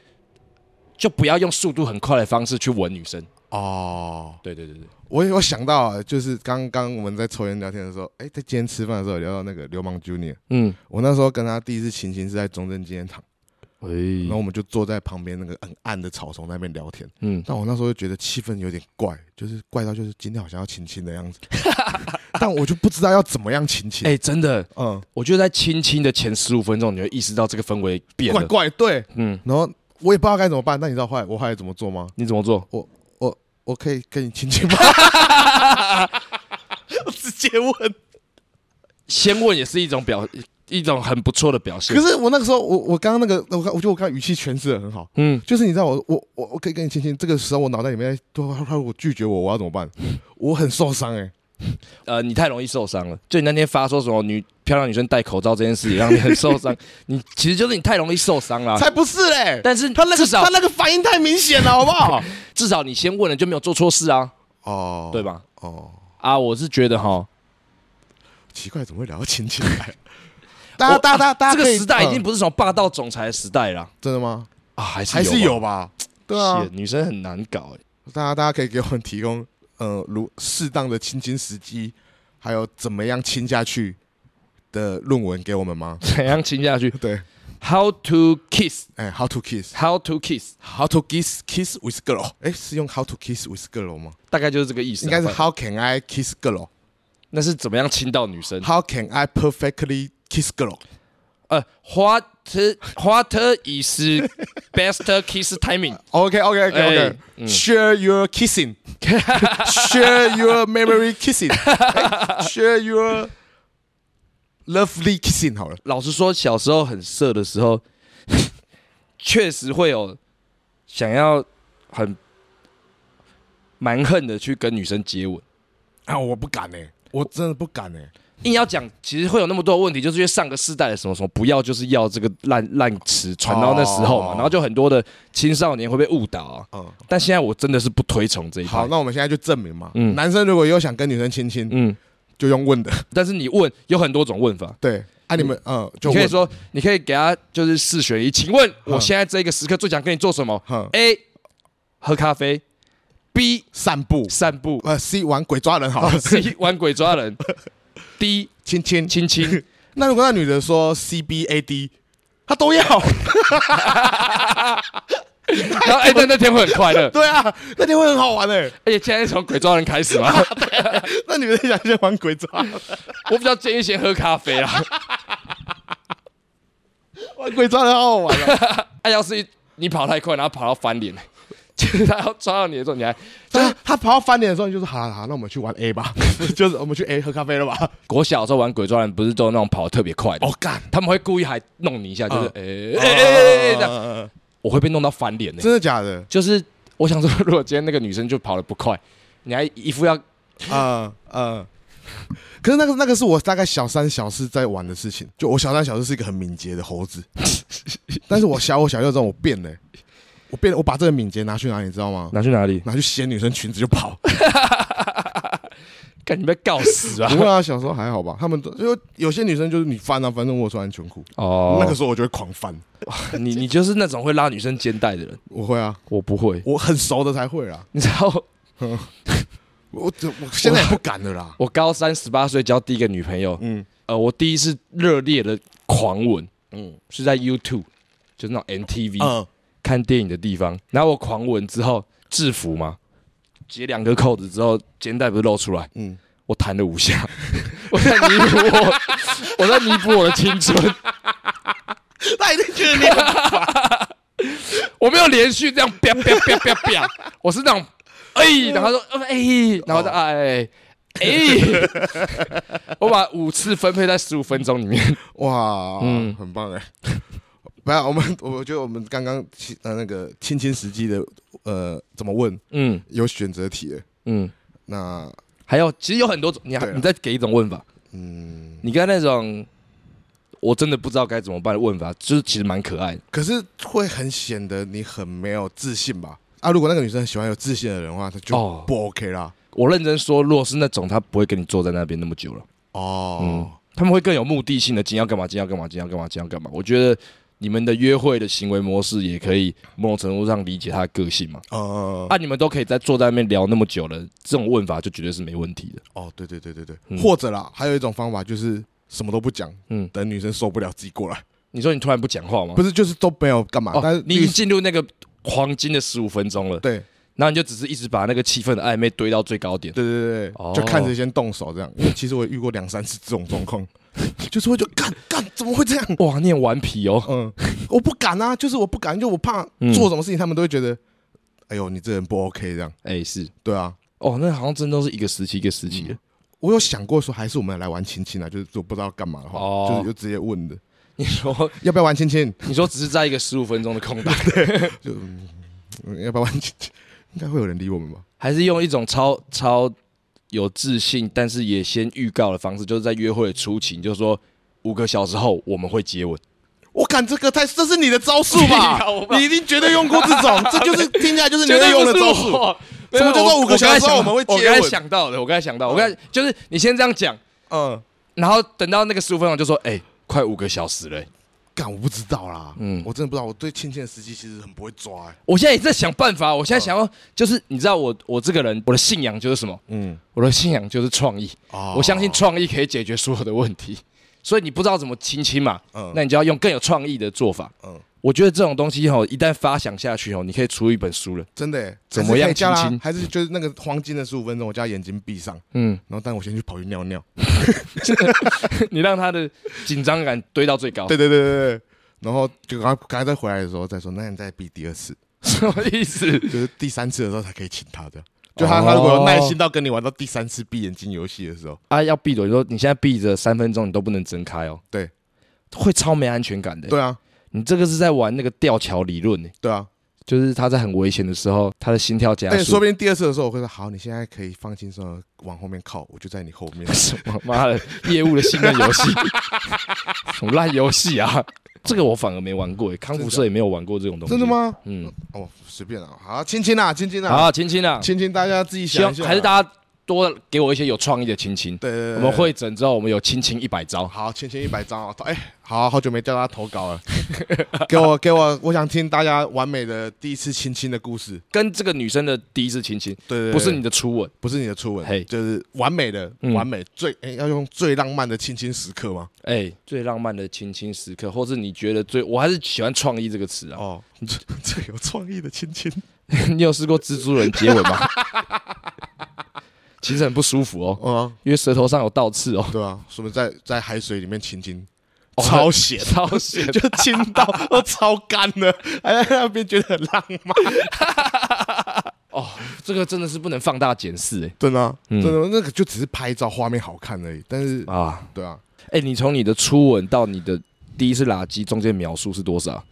Speaker 4: 就不要用速度很快的方式去吻女生。
Speaker 3: 哦，
Speaker 4: 对对对对。
Speaker 3: 我有想到啊，就是刚刚我们在抽烟聊天的时候，哎、在今天吃饭的时候有聊到那个流氓 Junior，
Speaker 4: 嗯，
Speaker 3: 我那时候跟他第一次亲亲是在中正纪念堂，
Speaker 4: 喂
Speaker 3: 然后我们就坐在旁边那个很暗的草丛那边聊天，
Speaker 4: 嗯，
Speaker 3: 但我那时候就觉得气氛有点怪，就是怪到就是今天好像要亲亲的样子，但我就不知道要怎么样亲亲，
Speaker 4: 哎、真的，
Speaker 3: 嗯，
Speaker 4: 我觉得在亲亲的前十五分钟，你会意识到这个氛围变
Speaker 3: 怪
Speaker 4: 了。
Speaker 3: 怪对，
Speaker 4: 嗯，
Speaker 3: 然后我也不知道该怎么办，但你知道后来我后来怎么做吗？
Speaker 4: 你怎么做？
Speaker 3: 我可以跟你亲亲吗？我直接问，
Speaker 4: 先问也是一种表，一种很不错的表现。
Speaker 3: 可是我那个时候我我刚刚那个我刚我觉得我刚刚语气诠释的很好。
Speaker 4: 嗯，
Speaker 3: 就是你知道我我我我可以跟你亲亲，这个时候我脑袋里面在，他他如果拒绝我，我要怎 么办？我很受伤哎、
Speaker 4: 呃，你太容易受伤了。就你那天发说什么女漂亮女生戴口罩这件事情，让你很 受伤。你其实就是你太容易受伤了。啊
Speaker 3: 才不是嘞！
Speaker 4: 但是
Speaker 3: 他那
Speaker 4: 至
Speaker 3: 个
Speaker 4: 少哦
Speaker 3: 他那个反应太明显了，好不好？
Speaker 4: 至少你先问了就没有做错事啊，
Speaker 3: 哦，
Speaker 4: 对？吧？
Speaker 3: 哦，
Speaker 4: 啊，我是觉得哈，
Speaker 3: 奇怪，怎么会聊到亲亲 来？大家大家大家
Speaker 4: 这
Speaker 3: 可
Speaker 4: 个
Speaker 3: 以
Speaker 4: 时代已经
Speaker 3: 嗯
Speaker 4: 不是什么霸道总裁的时代了
Speaker 3: 真的吗？
Speaker 4: 啊，还是
Speaker 3: 还是有
Speaker 4: 有吧
Speaker 3: 吧？对啊
Speaker 4: Shit，女生很难搞哎、
Speaker 3: 大家大家可以给我们提供，呃，如适当的亲亲时机，还有怎么样亲下去的论文给我们吗？
Speaker 4: 怎样亲下去
Speaker 3: 对，
Speaker 4: ？How to kiss?
Speaker 3: 哎、h o w to kiss，How
Speaker 4: How to kiss?
Speaker 3: to kiss kiss with girl，哎、是用 How to kiss with girl 吗？
Speaker 4: 大概就是这个意思啊。
Speaker 3: 应该是
Speaker 4: 反
Speaker 3: How can I kiss
Speaker 4: 那是怎么样亲到女生？
Speaker 3: girl？How can I perfectly kiss girl？
Speaker 4: 呃，What What is best kiss timing？
Speaker 3: OK OK OK OK，、
Speaker 4: 嗯
Speaker 3: share your kissing，share your memory kissing，share your lovely kissing 好了，
Speaker 4: 老实说，小时候很色的时候， 确实会有想要很蛮横的去跟女生接吻。
Speaker 3: 啊，我不敢呢、我真的不敢呢、欸
Speaker 4: 硬要讲，其实会有那么多问题，就是因为上个世代的什么什么不要，就是要这个烂烂词传到那时候嘛，
Speaker 3: 哦
Speaker 4: 然后就很多的青少年会被误导啊。
Speaker 3: 嗯，
Speaker 4: 但现在我真的是不推崇这一
Speaker 3: 好，
Speaker 4: 套。
Speaker 3: 那我们现在就证明嘛，
Speaker 4: 嗯
Speaker 3: 男生如果有想跟女生亲亲，
Speaker 4: 嗯，
Speaker 3: 就用问的，
Speaker 4: 但是你问有很多种问法，
Speaker 3: 对，啊，你们嗯，就
Speaker 4: 你可以
Speaker 3: 问，
Speaker 4: 说，你可以给他就是四选一，请问我
Speaker 3: 嗯
Speaker 4: 现在这个时刻最想跟你做什么
Speaker 3: 哼，
Speaker 4: ？A 喝咖啡，B
Speaker 3: 散步，
Speaker 4: 散步
Speaker 3: 呃，C 玩鬼抓人好了，
Speaker 4: ，C 玩鬼抓人 ，D
Speaker 3: 亲亲。
Speaker 4: 亲亲。
Speaker 3: 那如果那女的说 C B A D，她都 要，
Speaker 4: 然后哎，但那天会很快乐，
Speaker 3: 对啊，那天会很好玩诶、
Speaker 4: 而且现在是从鬼抓人开始嘛。
Speaker 3: 那女的想先玩鬼抓人。
Speaker 4: 我比较建议先喝咖啡啊。
Speaker 3: 玩鬼抓人好好玩 哦，
Speaker 4: 哎，要是你跑太快，然后跑到翻脸，就是他要抓到你的时候，你还
Speaker 3: 他他跑到翻脸的时候，你就说好了好啦，那我们去玩 A 吧，就是我们去 A 喝咖啡了吧？
Speaker 4: 国小的时候玩鬼抓人，不是都那种跑得特别快的
Speaker 3: 哦，，干，
Speaker 4: 他们会故意还弄你一下，就是哎哎哎哎哎这样，
Speaker 3: 哎，
Speaker 4: 我会被弄到翻脸的。
Speaker 3: 真的假的？
Speaker 4: 就是我想说，如果今天那个女生就跑得不快，你还一副要
Speaker 3: 啊啊！可是那个那个是我大概小三小四在玩的事情，就我小三小四是一个很敏捷的猴 子，但是我小五小六这种我变了欸、我变了，我把这个敏捷拿去哪里，你知道吗？
Speaker 4: 拿去哪里？
Speaker 3: 拿去掀女生裙子就跑。
Speaker 4: 干你被告死啊！
Speaker 3: 不会啊，小时候还好吧？他们都因为有些女生就是你翻啊，反正我有穿安全裤，
Speaker 4: 哦
Speaker 3: 那个时候我就会狂翻。
Speaker 4: 候你你就是那种会拉女生肩带的人，
Speaker 3: 我会啊，
Speaker 4: 我不会。
Speaker 3: 我很熟的才会啊，
Speaker 4: 你知道
Speaker 3: 我我现在也不敢了啦。
Speaker 4: 我高三十八岁交第一个女朋友，
Speaker 3: 嗯，
Speaker 4: 呃，我第一次热烈的狂吻，
Speaker 3: 嗯
Speaker 4: 嗯，是在 YouTube，就是那种 MTV、
Speaker 3: 嗯，
Speaker 4: 看电影的地方。然后我狂吻之后，制服嘛，解两个扣子之后，肩带不是露出来，
Speaker 3: 嗯
Speaker 4: 嗯，我弹了五下， 我在弥补我，我在弥补我的青春，
Speaker 3: 他一定觉得你很
Speaker 4: 我没有连续这样啪啪啪啪啪，我是那种哎、然后说呃哎、然后说哎。哎、我把五次分配在十五分钟里面，
Speaker 3: 哇，
Speaker 4: 嗯
Speaker 3: 很棒哎。不要，我们我觉得我们刚刚亲呃那个亲亲实际的呃怎么问
Speaker 4: 嗯
Speaker 3: 有选择题了，
Speaker 4: 嗯，
Speaker 3: 那
Speaker 4: 还有，其实有很多种，你
Speaker 3: 对
Speaker 4: 还
Speaker 3: 啊
Speaker 4: 你再给一种问法，
Speaker 3: 嗯，
Speaker 4: 你刚才那种我真的不知道该怎么办的问法，就是其实蛮可爱的。
Speaker 3: 可是会很显得你很没有自信吧？啊，如果那个女生喜欢有自信的人的话，她就
Speaker 4: 哦
Speaker 3: 不 OK 啦。
Speaker 4: 我认真说，如果是那种，他不会跟你坐在那边那么久了，
Speaker 3: 哦，
Speaker 4: 他们会更有目的性的，今天要干嘛，今天要干嘛，今天要干嘛，今天要干嘛。我觉得你们的约会的行为模式也可以某种程度上理解他的个性嘛。
Speaker 3: 呃，
Speaker 4: 啊，你们都可以在坐在那边聊那么久了，这种问法就绝对是没问题的。
Speaker 3: 哦，对对对对对，
Speaker 4: 嗯
Speaker 3: 或者啦，还有一种方法就是什么都不讲，
Speaker 4: 嗯，
Speaker 3: 等女生受不了自己过来，
Speaker 4: 你说你突然不讲话吗？
Speaker 3: 不是就是都没有干嘛，但是
Speaker 4: 哦，你已
Speaker 3: 律
Speaker 4: 经
Speaker 3: 师
Speaker 4: 进入那个黄金的十五分钟了，
Speaker 3: 对
Speaker 4: 然后你就只是一直把那个气氛的暧昧堆到最高点。
Speaker 3: 对对对对，
Speaker 4: 哦
Speaker 3: 就看谁先动手这样。因为其实我也遇过两三次这种状 况，就是会就干干怎么会这样？
Speaker 4: 哇，你很顽皮哦。
Speaker 3: 嗯，我不敢啊，就是我不敢，就我怕
Speaker 4: 嗯
Speaker 3: 做什么事情他们都会觉得，哎呦你这人不 OK 这样。
Speaker 4: 哎、是
Speaker 3: 对啊，
Speaker 4: 哦，那好像真都是一个时期一个时期的。
Speaker 3: 我有想过说还是我们来玩亲亲啊，就是我不知道干嘛的话，
Speaker 4: 哦
Speaker 3: 就是就直接问的
Speaker 4: 你说，
Speaker 3: 要不要玩亲亲，
Speaker 4: 你说只是在一个十五分钟的空档，
Speaker 3: 就、嗯嗯要不要玩亲亲，应该会有人理我们吧。
Speaker 4: 还是用一种超超有自信，但是也先预告的方式，就是在约会的初期，你就说五个小时后我们会接吻。
Speaker 3: 我看这个太，这是你的招数吧
Speaker 4: 屁啊我？不
Speaker 3: 你一定绝对用过这种， 这就是听起来就是你在用的招数。
Speaker 4: 没有
Speaker 3: 什么叫做五个小时后我们会接
Speaker 4: 我
Speaker 3: 吻
Speaker 4: 刚才想到的，我刚才想到，我刚才就是你先这样讲，
Speaker 3: 嗯，
Speaker 4: 然后等到那个十五分钟就说，哎、快五个小时了、
Speaker 3: 干我不知道啦，
Speaker 4: 嗯
Speaker 3: 嗯，我真的不知道，我对倩倩的时机其实很不会抓、欸，
Speaker 4: 我现在也在想办法，我
Speaker 3: 嗯
Speaker 4: 现在想要就是你知道我我这个人我的信仰就是什么？
Speaker 3: 嗯，
Speaker 4: 我的信仰就是创意，
Speaker 3: 哦
Speaker 4: 我相信，创意可以解决所有的问题，所以你不知道怎么亲亲嘛，
Speaker 3: 嗯
Speaker 4: 那你就要用更有创意的做法。
Speaker 3: 嗯，
Speaker 4: 我觉得这种东西吼，一旦发想下去吼，你可以出一本书了。
Speaker 3: 真的、欸，
Speaker 4: 怎么样
Speaker 3: 还是可以叫
Speaker 4: 亲
Speaker 3: 她
Speaker 4: 亲
Speaker 3: 还是就是那个黄金的十五分钟，我叫她眼睛闭上，
Speaker 4: 嗯，
Speaker 3: 然后但我先去跑去尿尿，
Speaker 4: 你让他的紧张感堆到最高，
Speaker 3: 对对对对对，然后就赶快赶快再回来的时候再说，那你再闭第二次，
Speaker 4: 什么意思？
Speaker 3: 就是第三次的时候才可以请她这样。就
Speaker 4: 哦
Speaker 3: 她她如果有耐心到跟你玩到第三次闭眼睛游戏的时候，
Speaker 4: 啊，要闭嘴，你说你现在闭着三分钟，你都不能睁开哦。
Speaker 3: 对，
Speaker 4: 会超没安全感的。
Speaker 3: 对啊
Speaker 4: 你这个是在玩那个吊桥理论呢，
Speaker 3: 对啊，
Speaker 4: 就是他在很危险的时候，他的心跳加
Speaker 3: 但
Speaker 4: 速。。
Speaker 3: 哎说不定第二次的时候我会说好，你现在可以放轻松地往后面靠，我就在你后面
Speaker 4: 什么妈的业务的信任游戏， 什么烂游戏啊！这个我反而没玩过耶，康复社也没有玩过这种东西。
Speaker 3: 真的？吗？
Speaker 4: 嗯，
Speaker 3: 哦，随便啊，好，亲亲啊，亲亲啊，
Speaker 4: 好，亲亲啊，
Speaker 3: 亲亲，大家自己
Speaker 4: 希
Speaker 3: 想
Speaker 4: 望
Speaker 3: 一下啊，
Speaker 4: 还是大家多给我一些有创意的亲亲。
Speaker 3: 对对对，
Speaker 4: 我
Speaker 3: 对
Speaker 4: 们会诊之后，我们有亲亲一百招。
Speaker 3: 好，芊芊一百张哦，哎、好好久没叫他投稿了， 给我给我，我想听大家完美的第一次亲亲的故事，
Speaker 4: 跟这个女生的第一次亲亲，
Speaker 3: 对对对
Speaker 4: 不是你的初吻，
Speaker 3: 不是你的初吻
Speaker 4: 嘿
Speaker 3: 就是完美的、
Speaker 4: 嗯
Speaker 3: 完美最哎、要用最浪漫的亲亲时刻吗？
Speaker 4: 哎，最浪漫的亲亲时刻，或是你觉得最，我还是喜欢“创意”这个词啊。
Speaker 3: 哦， 这这有创意的亲亲，
Speaker 4: 你有试过蜘蛛人接吻吗？ 其实很不舒服哦，
Speaker 3: 哦，
Speaker 4: 因为舌头上有倒刺哦，
Speaker 3: 对啊，说明在在海水里面亲亲、
Speaker 4: 哦。
Speaker 3: 超咸
Speaker 4: 超咸。
Speaker 3: 就亲 到都超干了，还在那边觉得很浪漫，
Speaker 4: 哦，这个真的是不能放大检视哎、
Speaker 3: 真的啊、
Speaker 4: 嗯
Speaker 3: 真的，那个就只是拍照画面好看而已。但是，
Speaker 4: 啊！
Speaker 3: 对啊，
Speaker 4: 哎、你从你的初吻到你的第一次垃圾中间描述是多少？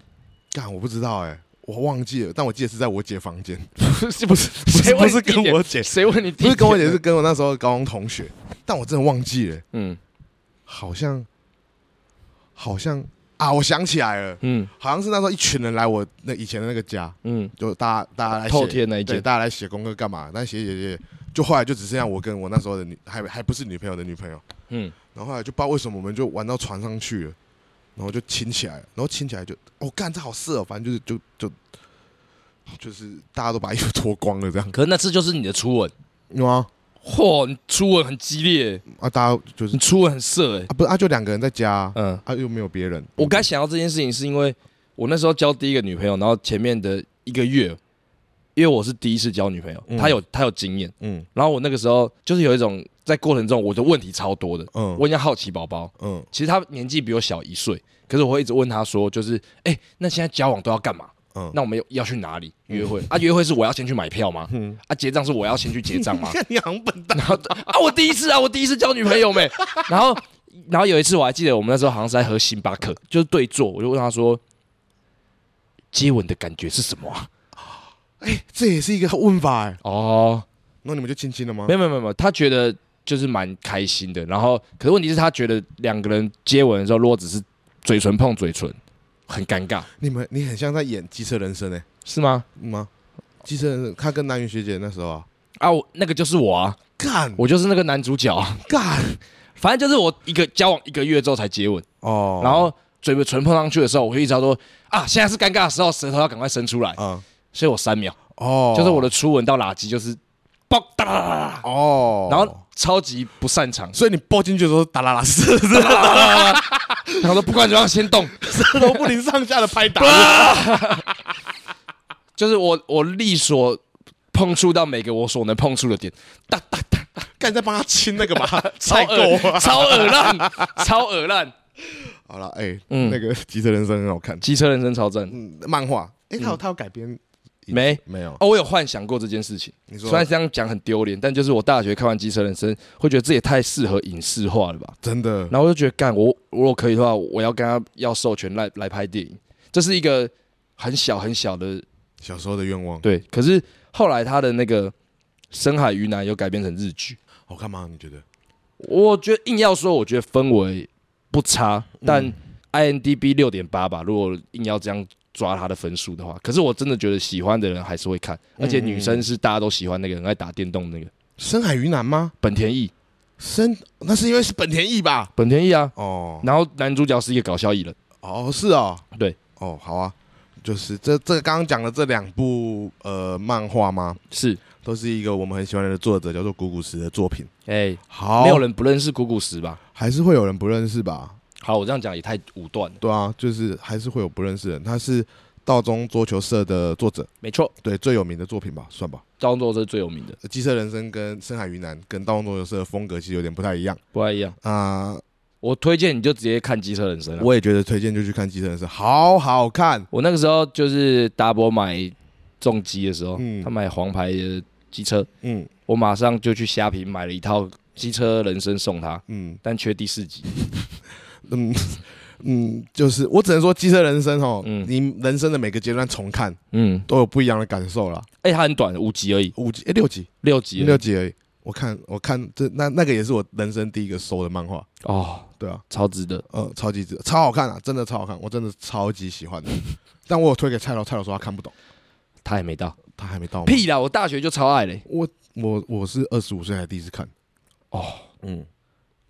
Speaker 3: 干我不知道哎、我忘记了，但我记得是在我姐房 间，
Speaker 4: 不是不是
Speaker 3: 谁不是跟我姐，
Speaker 4: 谁问你
Speaker 3: 不
Speaker 4: 地点？
Speaker 3: 是跟我姐，是跟我那时候的高中同学，但我真的忘记了，
Speaker 4: 嗯
Speaker 3: 好像好像啊，我想起来了，
Speaker 4: 嗯
Speaker 3: 好像是那时候一群人来我那以前的那个家，
Speaker 4: 嗯，
Speaker 3: 就大家大家来写
Speaker 4: 透天那一
Speaker 3: 对，
Speaker 4: 件，
Speaker 3: 大家来写功课干嘛？但写写写，就后来就只剩下我跟我那时候的女，还还不是女朋友的女朋友，
Speaker 4: 嗯，
Speaker 3: 然后后来就不知道为什么我们就玩到床上去了，然后就亲起来了，然后亲起来就哦干这好色哦，反正就是就就就是大家都把衣服脱光了这样，
Speaker 4: 可是那次就是你的初吻，
Speaker 3: 有啊
Speaker 4: 嗯嚯，你初吻很激烈、欸
Speaker 3: 啊，大家就是
Speaker 4: 你初吻很色哎、
Speaker 3: 啊不是啊，就两个人在家啊，
Speaker 4: 嗯，
Speaker 3: 啊又没有别人，
Speaker 4: 我刚想到这件事情是因为我那时候交第一个女朋友，然后前面的一个月，因为我是第一次交女朋友，
Speaker 3: 嗯
Speaker 4: 她有她有经验，
Speaker 3: 嗯
Speaker 4: 然后我那个时候就是有一种在过程中我的问题超多的，
Speaker 3: 嗯
Speaker 4: 我很像好奇宝宝，
Speaker 3: 嗯
Speaker 4: 其实他年纪比我小一岁，可是我会一直问他说，就是哎、那现在交往都要干嘛？
Speaker 3: 嗯，
Speaker 4: 那我们要要去哪里约会、啊？约会是我要先去买票吗？啊，结账是我要先去结账吗？
Speaker 3: 看嗯 你好像笨蛋，
Speaker 4: 然后啊，我第一次啊，我第一次交女朋 友没。然后，然后有一次我还记得，我们那时候好像是在喝星巴克，就是对坐，我就问他说，接吻的感觉是什么啊？
Speaker 3: 哎，这也是一个问法哎，
Speaker 4: 哦，
Speaker 3: 那你们就亲亲了吗
Speaker 4: 没？有没有没有没有，他觉得就是蛮开心的。然后，可是问题是，他觉得两个人接吻的时候，如果只是嘴唇碰嘴唇，很尴尬，
Speaker 3: 你们你很像在演《机车人生》哎，
Speaker 4: 是吗？
Speaker 3: 吗？《机车人生》他跟南云学姐那时候啊，
Speaker 4: 啊，我那个就是我啊，
Speaker 3: 干
Speaker 4: 我就是那个男主角、啊。
Speaker 3: 干
Speaker 4: 反正就是我一个交往一个月之后才接吻，
Speaker 3: 哦，
Speaker 4: 然后嘴唇碰上去的时候，我就一直要说啊，现在是尴尬的时候，舌头要赶快伸出来，
Speaker 3: 嗯
Speaker 4: 所以我三秒，
Speaker 3: 哦，
Speaker 4: 就是我的初吻到垃圾就是爆哒哒哒哒哒，
Speaker 3: 哦，
Speaker 4: 然后超级不擅长，
Speaker 3: 所以你抱进去的时候打啦啦是是
Speaker 4: 然后说不管怎么样先动，
Speaker 3: 头不灵上下的拍打，
Speaker 4: 就是我我力所碰触到每个我所能碰触的点，哒哒哒，
Speaker 3: 干再帮他亲那个吧，
Speaker 4: 超
Speaker 3: 菜够
Speaker 4: 恶超恶烂，超恶烂，
Speaker 3: 好了，哎，
Speaker 4: 嗯
Speaker 3: 那个《机车人生》很好看，
Speaker 4: 机车人生超赞。
Speaker 3: 嗯，漫画，哎，他有他有改编
Speaker 4: 没
Speaker 3: 没有？
Speaker 4: 哦，我有幻想过这件事情。
Speaker 3: 你说
Speaker 4: 虽然这样讲很丢脸，但就是我大学看完《机车人生》，会觉得这也太适合影视化了吧？
Speaker 3: 真的
Speaker 4: 然后我就觉得，干我如果可以的话，我要跟他要授权来来拍电影。这是一个很小很小的
Speaker 3: 小时候的愿望，
Speaker 4: 对，可是后来他的那个《深海鱼男》有改编成日剧，
Speaker 3: 好看哦吗？你觉得？
Speaker 4: 我觉得硬要说，我觉得氛围不差，但
Speaker 3: 嗯
Speaker 4: IMDB 六点八吧，如果硬要这样抓他的分数的话，可是我真的觉得喜欢的人还是会看，而且女生是大家都喜欢那个很爱打电动那个
Speaker 3: 深海鱼男吗？
Speaker 4: 本田翼，
Speaker 3: 深那是因为是本田翼吧？
Speaker 4: 本田翼啊，
Speaker 3: 哦
Speaker 4: 然后男主角是一个搞笑艺人，
Speaker 3: 哦，是哦，
Speaker 4: 对，
Speaker 3: 哦，好啊，就是这这刚刚讲的这两部呃漫画吗？
Speaker 4: 是，
Speaker 3: 都是一个我们很喜欢的作者，叫做古古石的作品。
Speaker 4: 哎，
Speaker 3: 好，
Speaker 4: 没有人不认识古古石吧？
Speaker 3: 还是会有人不认识吧？
Speaker 4: 好，我这样讲也太武断了。
Speaker 3: 对啊，就是还是会有不认识的人。他是道中桌球社的作者，
Speaker 4: 没错，
Speaker 3: 对最有名的作品吧，算吧。
Speaker 4: 张作是最有名的，
Speaker 3: 呃《鸡舍人生》跟《深海云南》跟道中桌球社的风格其实有点不太一样
Speaker 4: 不太一样。
Speaker 3: 啊、
Speaker 4: 我推荐你就直接看《机车人生》了。我
Speaker 3: 我也觉得推荐就去看《鸡舍人生》，好好看。
Speaker 4: 我那个时候就是达博买重机的时候，
Speaker 3: 嗯
Speaker 4: 他买黄牌的机车，
Speaker 3: 嗯
Speaker 4: 我马上就去虾皮买了一套《机车人生》送他，
Speaker 3: 嗯
Speaker 4: 但缺第四集。
Speaker 3: 嗯嗯，就是我只能说《鸡舍人生》哦，
Speaker 4: 嗯
Speaker 3: 你人生的每个阶段重看
Speaker 4: 嗯，
Speaker 3: 都有不一样的感受啦。
Speaker 4: 哎、它很短，五集而已，
Speaker 3: 五集、诶六集，
Speaker 4: 六集而已
Speaker 3: 六集而已。我看我看这那那个也是我人生第一个收的漫画，
Speaker 4: 哦，
Speaker 3: 对啊，
Speaker 4: 超值得。
Speaker 3: 呃，超级值得，超好看啊，真的超好看，我真的超级喜欢的。 但我有推给蔡老，蔡老说他看不懂，
Speaker 4: 他还没到，
Speaker 3: 他还没到吗。
Speaker 4: 屁啦！我大学就超爱嘞、
Speaker 3: 我我我是二十五岁才第一次看，
Speaker 4: 哦，
Speaker 3: 嗯，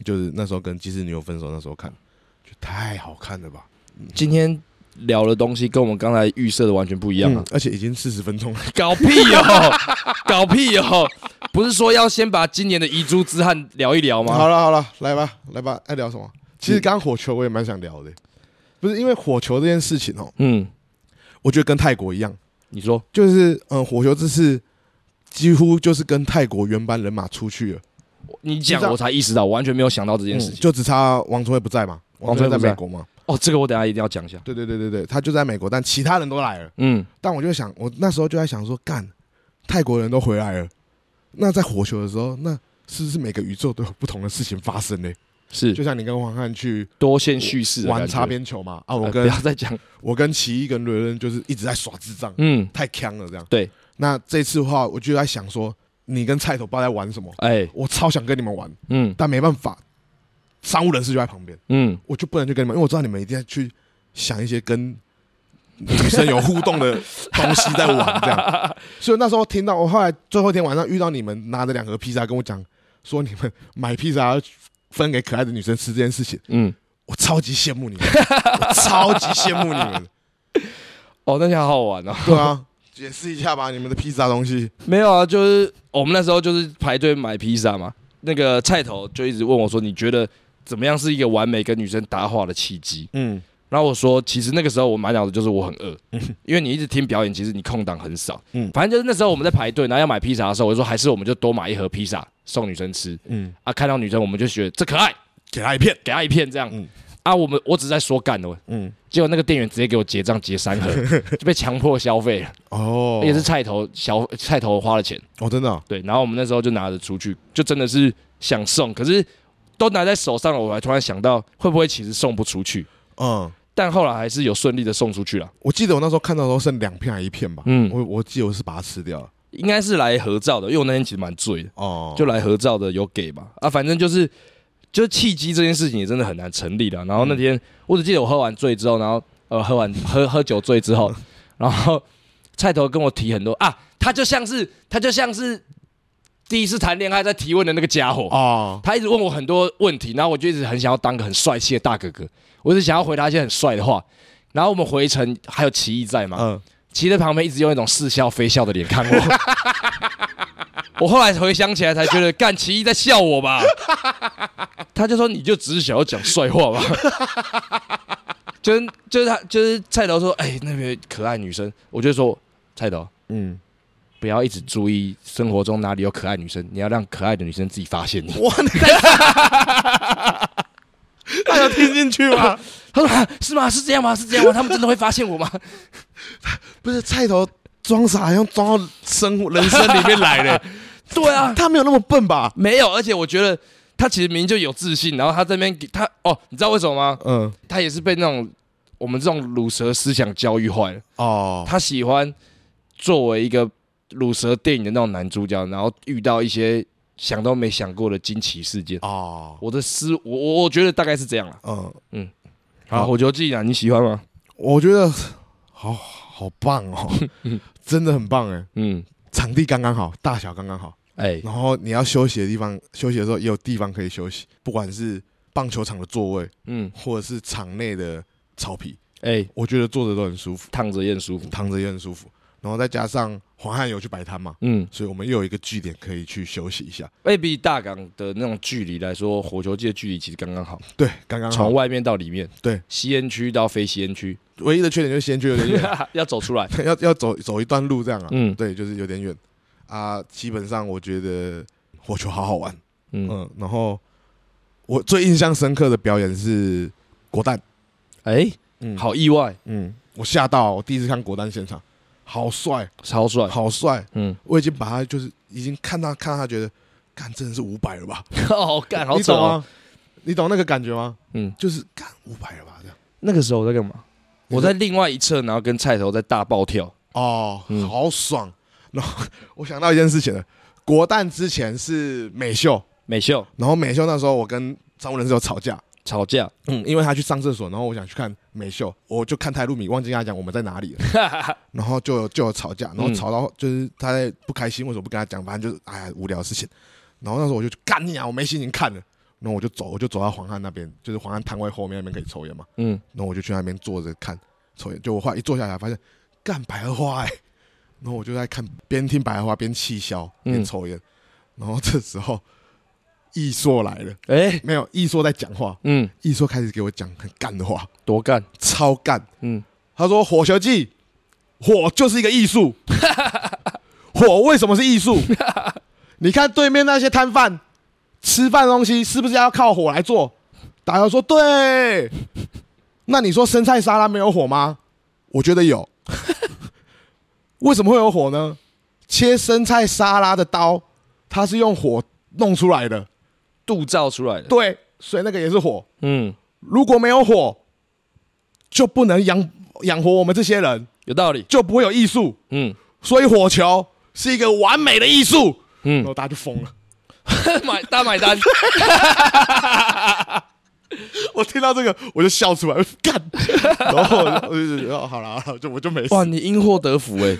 Speaker 3: 就是那时候跟机智女友分手那时候看，就太好看了吧？
Speaker 4: 今天聊的东西跟我们刚才预设的完全不一
Speaker 3: 一
Speaker 4: 样啊！
Speaker 3: 嗯而且已经四十分钟了，
Speaker 4: 搞屁哦， 搞屁哦！不是说要先把今年的遗珠之憾聊一聊
Speaker 3: 好
Speaker 4: 吗？嗯
Speaker 3: 了好了，来吧来吧，爱聊什么？其实刚刚火球我也蛮想聊的，不是因为火球这件事情哦，
Speaker 4: 嗯，
Speaker 3: 我觉得跟泰国一样，
Speaker 4: 你说
Speaker 3: 就是嗯、呃火球这次几乎就是跟泰国原班人马出去了，
Speaker 4: 你
Speaker 3: 你知道
Speaker 4: 讲我才意识到，我完全没有想到这件
Speaker 3: 嗯
Speaker 4: 事情。
Speaker 3: 就只差王春惠不在嘛，王春惠
Speaker 4: 王春惠不
Speaker 3: 在
Speaker 4: 在
Speaker 3: 美国嘛。
Speaker 4: 哦，这个我等一下一定要讲一下。
Speaker 3: 对对对对对，他就在美国，但其他人都来了。
Speaker 4: 嗯，
Speaker 3: 但我就想，我那时候就在想说，干，泰国人都回来了，那在火球的时候，那是不是每个宇宙都有不同的事情发生呢？
Speaker 4: 是
Speaker 3: 就像你跟黄汉去
Speaker 4: 多线叙事的
Speaker 3: 玩
Speaker 4: 感觉
Speaker 3: 擦边球嘛，啊，我
Speaker 4: 呃
Speaker 3: 跟、
Speaker 4: 不要再讲。
Speaker 3: 我跟奇艺跟伦伦就是一直在耍智障，
Speaker 4: 嗯，
Speaker 3: 太强了这样。
Speaker 4: 对，
Speaker 3: 那这次的话，我就在想说，你跟菜头爸在玩什么？
Speaker 4: 哎，
Speaker 3: 我超想跟你们玩，
Speaker 4: 嗯
Speaker 3: 但没办法，商务人士就在旁边。
Speaker 4: 嗯，
Speaker 3: 我就不能去跟你们，因为我知道你们一定要去想一些跟女生有互动的东西在玩这 样。所以那时候听到，我后来最后一天晚上遇到你们拿着两盒披萨跟我讲，说你们买披萨要分给可爱的女生吃这件事情，
Speaker 4: 嗯，
Speaker 3: 我超级羡慕你们，我超级羡慕你 们。
Speaker 4: 哦，那下好好玩哦。
Speaker 3: 对啊，解释一下吧，你们的披萨东西。
Speaker 4: 没有啊，就是我们那时候就是排队买披萨嘛，那个菜头就一直问我说，你觉得怎么样是一个完美跟女生搭话的契机？
Speaker 3: 嗯
Speaker 4: 然后我说，其实那个时候我满脑子就是我很饿，因为你一直听表演，其实你空档很少。
Speaker 3: 嗯
Speaker 4: 嗯，反正就是那时候我们在排队，然后要买披萨的时候，我就说还是我们就多买一盒披萨送女生吃
Speaker 3: 嗯，
Speaker 4: 啊。看到女生我们就觉得这可爱，
Speaker 3: 给他一片。
Speaker 4: 给她一片这样。
Speaker 3: 嗯
Speaker 4: 啊，我们我只是在说干的，
Speaker 3: 嗯，
Speaker 4: 结果那个店员直接给我结账结三盒， 就被强迫消费了，
Speaker 3: 哦，
Speaker 4: 也是菜头小菜头花了钱。
Speaker 3: 哦，真的哦、
Speaker 4: 对，然后我们那时候就拿着出去，就真的是想送，可是都拿在手上了，我还突然想到会不会其实送不出去，
Speaker 3: 嗯。
Speaker 4: 但后来还是有顺利的送出去了。
Speaker 3: 我记得我那时候看到的时候剩两片还一片吧，
Speaker 4: 嗯
Speaker 3: 我我记得我是把它吃掉了，
Speaker 4: 应该是来合照的，因为我那天其实蛮醉的，
Speaker 3: 哦，
Speaker 4: 就来合照的有给吧。啊，反正就是就是契机这件事情也真的很难成立的。然后那天、我只记得我喝完醉之后，然后呃喝完喝喝酒醉之后，然后菜头跟我提很多啊，他就像是他就像是第一次谈恋爱在提问的那个家伙。
Speaker 3: 哦，
Speaker 4: 他一直问我很多问题，然后我就一直很想要当个很帅气的大哥哥，我是想要回答一些很帅的话。然后我们回程还有奇艺在嘛，
Speaker 3: 嗯，
Speaker 4: 骑在旁边一直用一种似笑非笑的脸看我。我后来回想起来才觉得，干奇艺在笑我吧？他就说你就只是想要讲帅话吧。 就是就是他就是菜头说，哎、那边可爱女生，我就说菜头
Speaker 3: 嗯，
Speaker 4: 不要一直注意生活中哪里有可爱女生，你要让可爱的女生自己发现你。
Speaker 3: 哇，你在， 他有听进去吗？
Speaker 4: 他说、啊：“是吗？是这样吗？是这样吗？他们真的会发现我 吗
Speaker 3: 不是菜头装傻，好像装到生活人生里面来了，？”
Speaker 4: 对啊，
Speaker 3: 他没有那么笨吧？
Speaker 4: 没有，而且我觉得他其实明明就有自信，然后他这边给他哦，你知道为什么吗？
Speaker 3: 嗯，
Speaker 4: 他也是被那种我们这种乳蛇思想教育坏了。
Speaker 3: 哦，
Speaker 4: 他喜欢作为一个乳蛇电影的那种男主角，然后遇到一些想都没想过的惊奇事件。
Speaker 3: 哦，
Speaker 4: 我的思，我我我觉得大概是这样了。
Speaker 3: 嗯，好
Speaker 4: 好，火球记啊，你喜欢吗？
Speaker 3: 我觉得好好棒 哦，真的很棒哎，
Speaker 4: 嗯，
Speaker 3: 场地刚刚好，大小刚刚好，
Speaker 4: 哎，
Speaker 3: 然后你要休息的地方，休息的时候也有地方可以休息，不管是棒球场的座位，
Speaker 4: 嗯
Speaker 3: 或者是场内的草皮，
Speaker 4: 哎，
Speaker 3: 我觉得坐着都很舒服，
Speaker 4: 躺着也很舒服。
Speaker 3: 躺着也很舒服。然后再加上黄汉有去摆摊嘛，
Speaker 4: 嗯，
Speaker 3: 所以我们又有一个据点可以去休息一下。
Speaker 4: 哎，比大港的那种距离来说，火球季的距离其实刚刚好，
Speaker 3: 对，刚刚好
Speaker 4: 从。外面到里面，
Speaker 3: 对，
Speaker 4: 吸烟区到非吸烟 区，
Speaker 3: 唯一的缺点就是先去有点 远，
Speaker 4: 要走出来。
Speaker 3: 要要走走一段路这样啊。
Speaker 4: 嗯
Speaker 3: 对，就是有点远啊。基本上我觉得火球好好玩，
Speaker 4: 嗯，
Speaker 3: 嗯。然后我最印象深刻的表演是国蛋，
Speaker 4: 哎，
Speaker 3: 嗯，
Speaker 4: 好意外，
Speaker 3: 嗯，我吓到，我第一次看国丹现场，好帅，
Speaker 4: 超帅。
Speaker 3: 好帅！
Speaker 4: 嗯，
Speaker 3: 我已经把他就是已经看到看到他觉得，干真的是五百了吧？
Speaker 4: 好干，好
Speaker 3: 你
Speaker 4: 丑
Speaker 3: 懂
Speaker 4: 啊！
Speaker 3: 吗？你懂那个感觉吗？
Speaker 4: 嗯，
Speaker 3: 就是干五百了吧这样。
Speaker 4: 那个时候我在干嘛？我在另外一侧，然后跟菜头在大爆跳。
Speaker 3: 哦
Speaker 4: 嗯，
Speaker 3: 好爽！然后我想到一件事情了，国蛋之前是美秀，
Speaker 4: 美秀
Speaker 3: 然后美秀那时候我跟张无仁是有吵架，
Speaker 4: 吵架，
Speaker 3: 嗯，因为他去上厕所，然后我想去看美秀，我就看台路米，忘记跟他讲我们在哪里了， 然后就有就有吵架，然后
Speaker 4: 嗯
Speaker 3: 吵到就是他在不开心，为什么不跟他讲？反正就是哎呀无聊的事情。然后那时候我就去干你啊，我没心情看了，然后我就走，我就走到黄汉那边，就是黄汉摊位后面那边可以抽烟嘛，
Speaker 4: 嗯，
Speaker 3: 然后我就去那边坐着看抽烟，就我后来一坐下来发现干百合花哎、然后我就在看边听百合花边气消边
Speaker 4: 嗯
Speaker 3: 抽烟，然后这时候易硕来了，
Speaker 4: 哎，
Speaker 3: 没有易硕在讲话，
Speaker 4: 嗯，
Speaker 3: 易硕开始给我讲很干的话，
Speaker 4: 多干，
Speaker 3: 超干。
Speaker 4: 嗯，
Speaker 3: 他说《火球记》，火就是一个艺术，火为什么是艺术？你看对面那些摊贩吃饭的东西是不是要靠火来做？达友说对，那你说生菜沙拉没有火吗？我觉得有，为什么会有火呢？切生菜沙拉的刀，它是用火弄出来的，
Speaker 4: 杜造出来的。
Speaker 3: 对，所以那个也是火。
Speaker 4: 嗯，
Speaker 3: 如果没有火，就不能养养活我们这些人，
Speaker 4: 有道理。
Speaker 3: 就不会有艺术。
Speaker 4: 嗯
Speaker 3: 所以火球是一个完美的艺术，然
Speaker 4: 嗯，
Speaker 3: 后大家就疯了。
Speaker 4: 买大买单。
Speaker 3: 我听到这个我就笑出来，干，然后我就我就觉得哦好了，好了就我就没事
Speaker 4: 哇，。你因祸得福哎。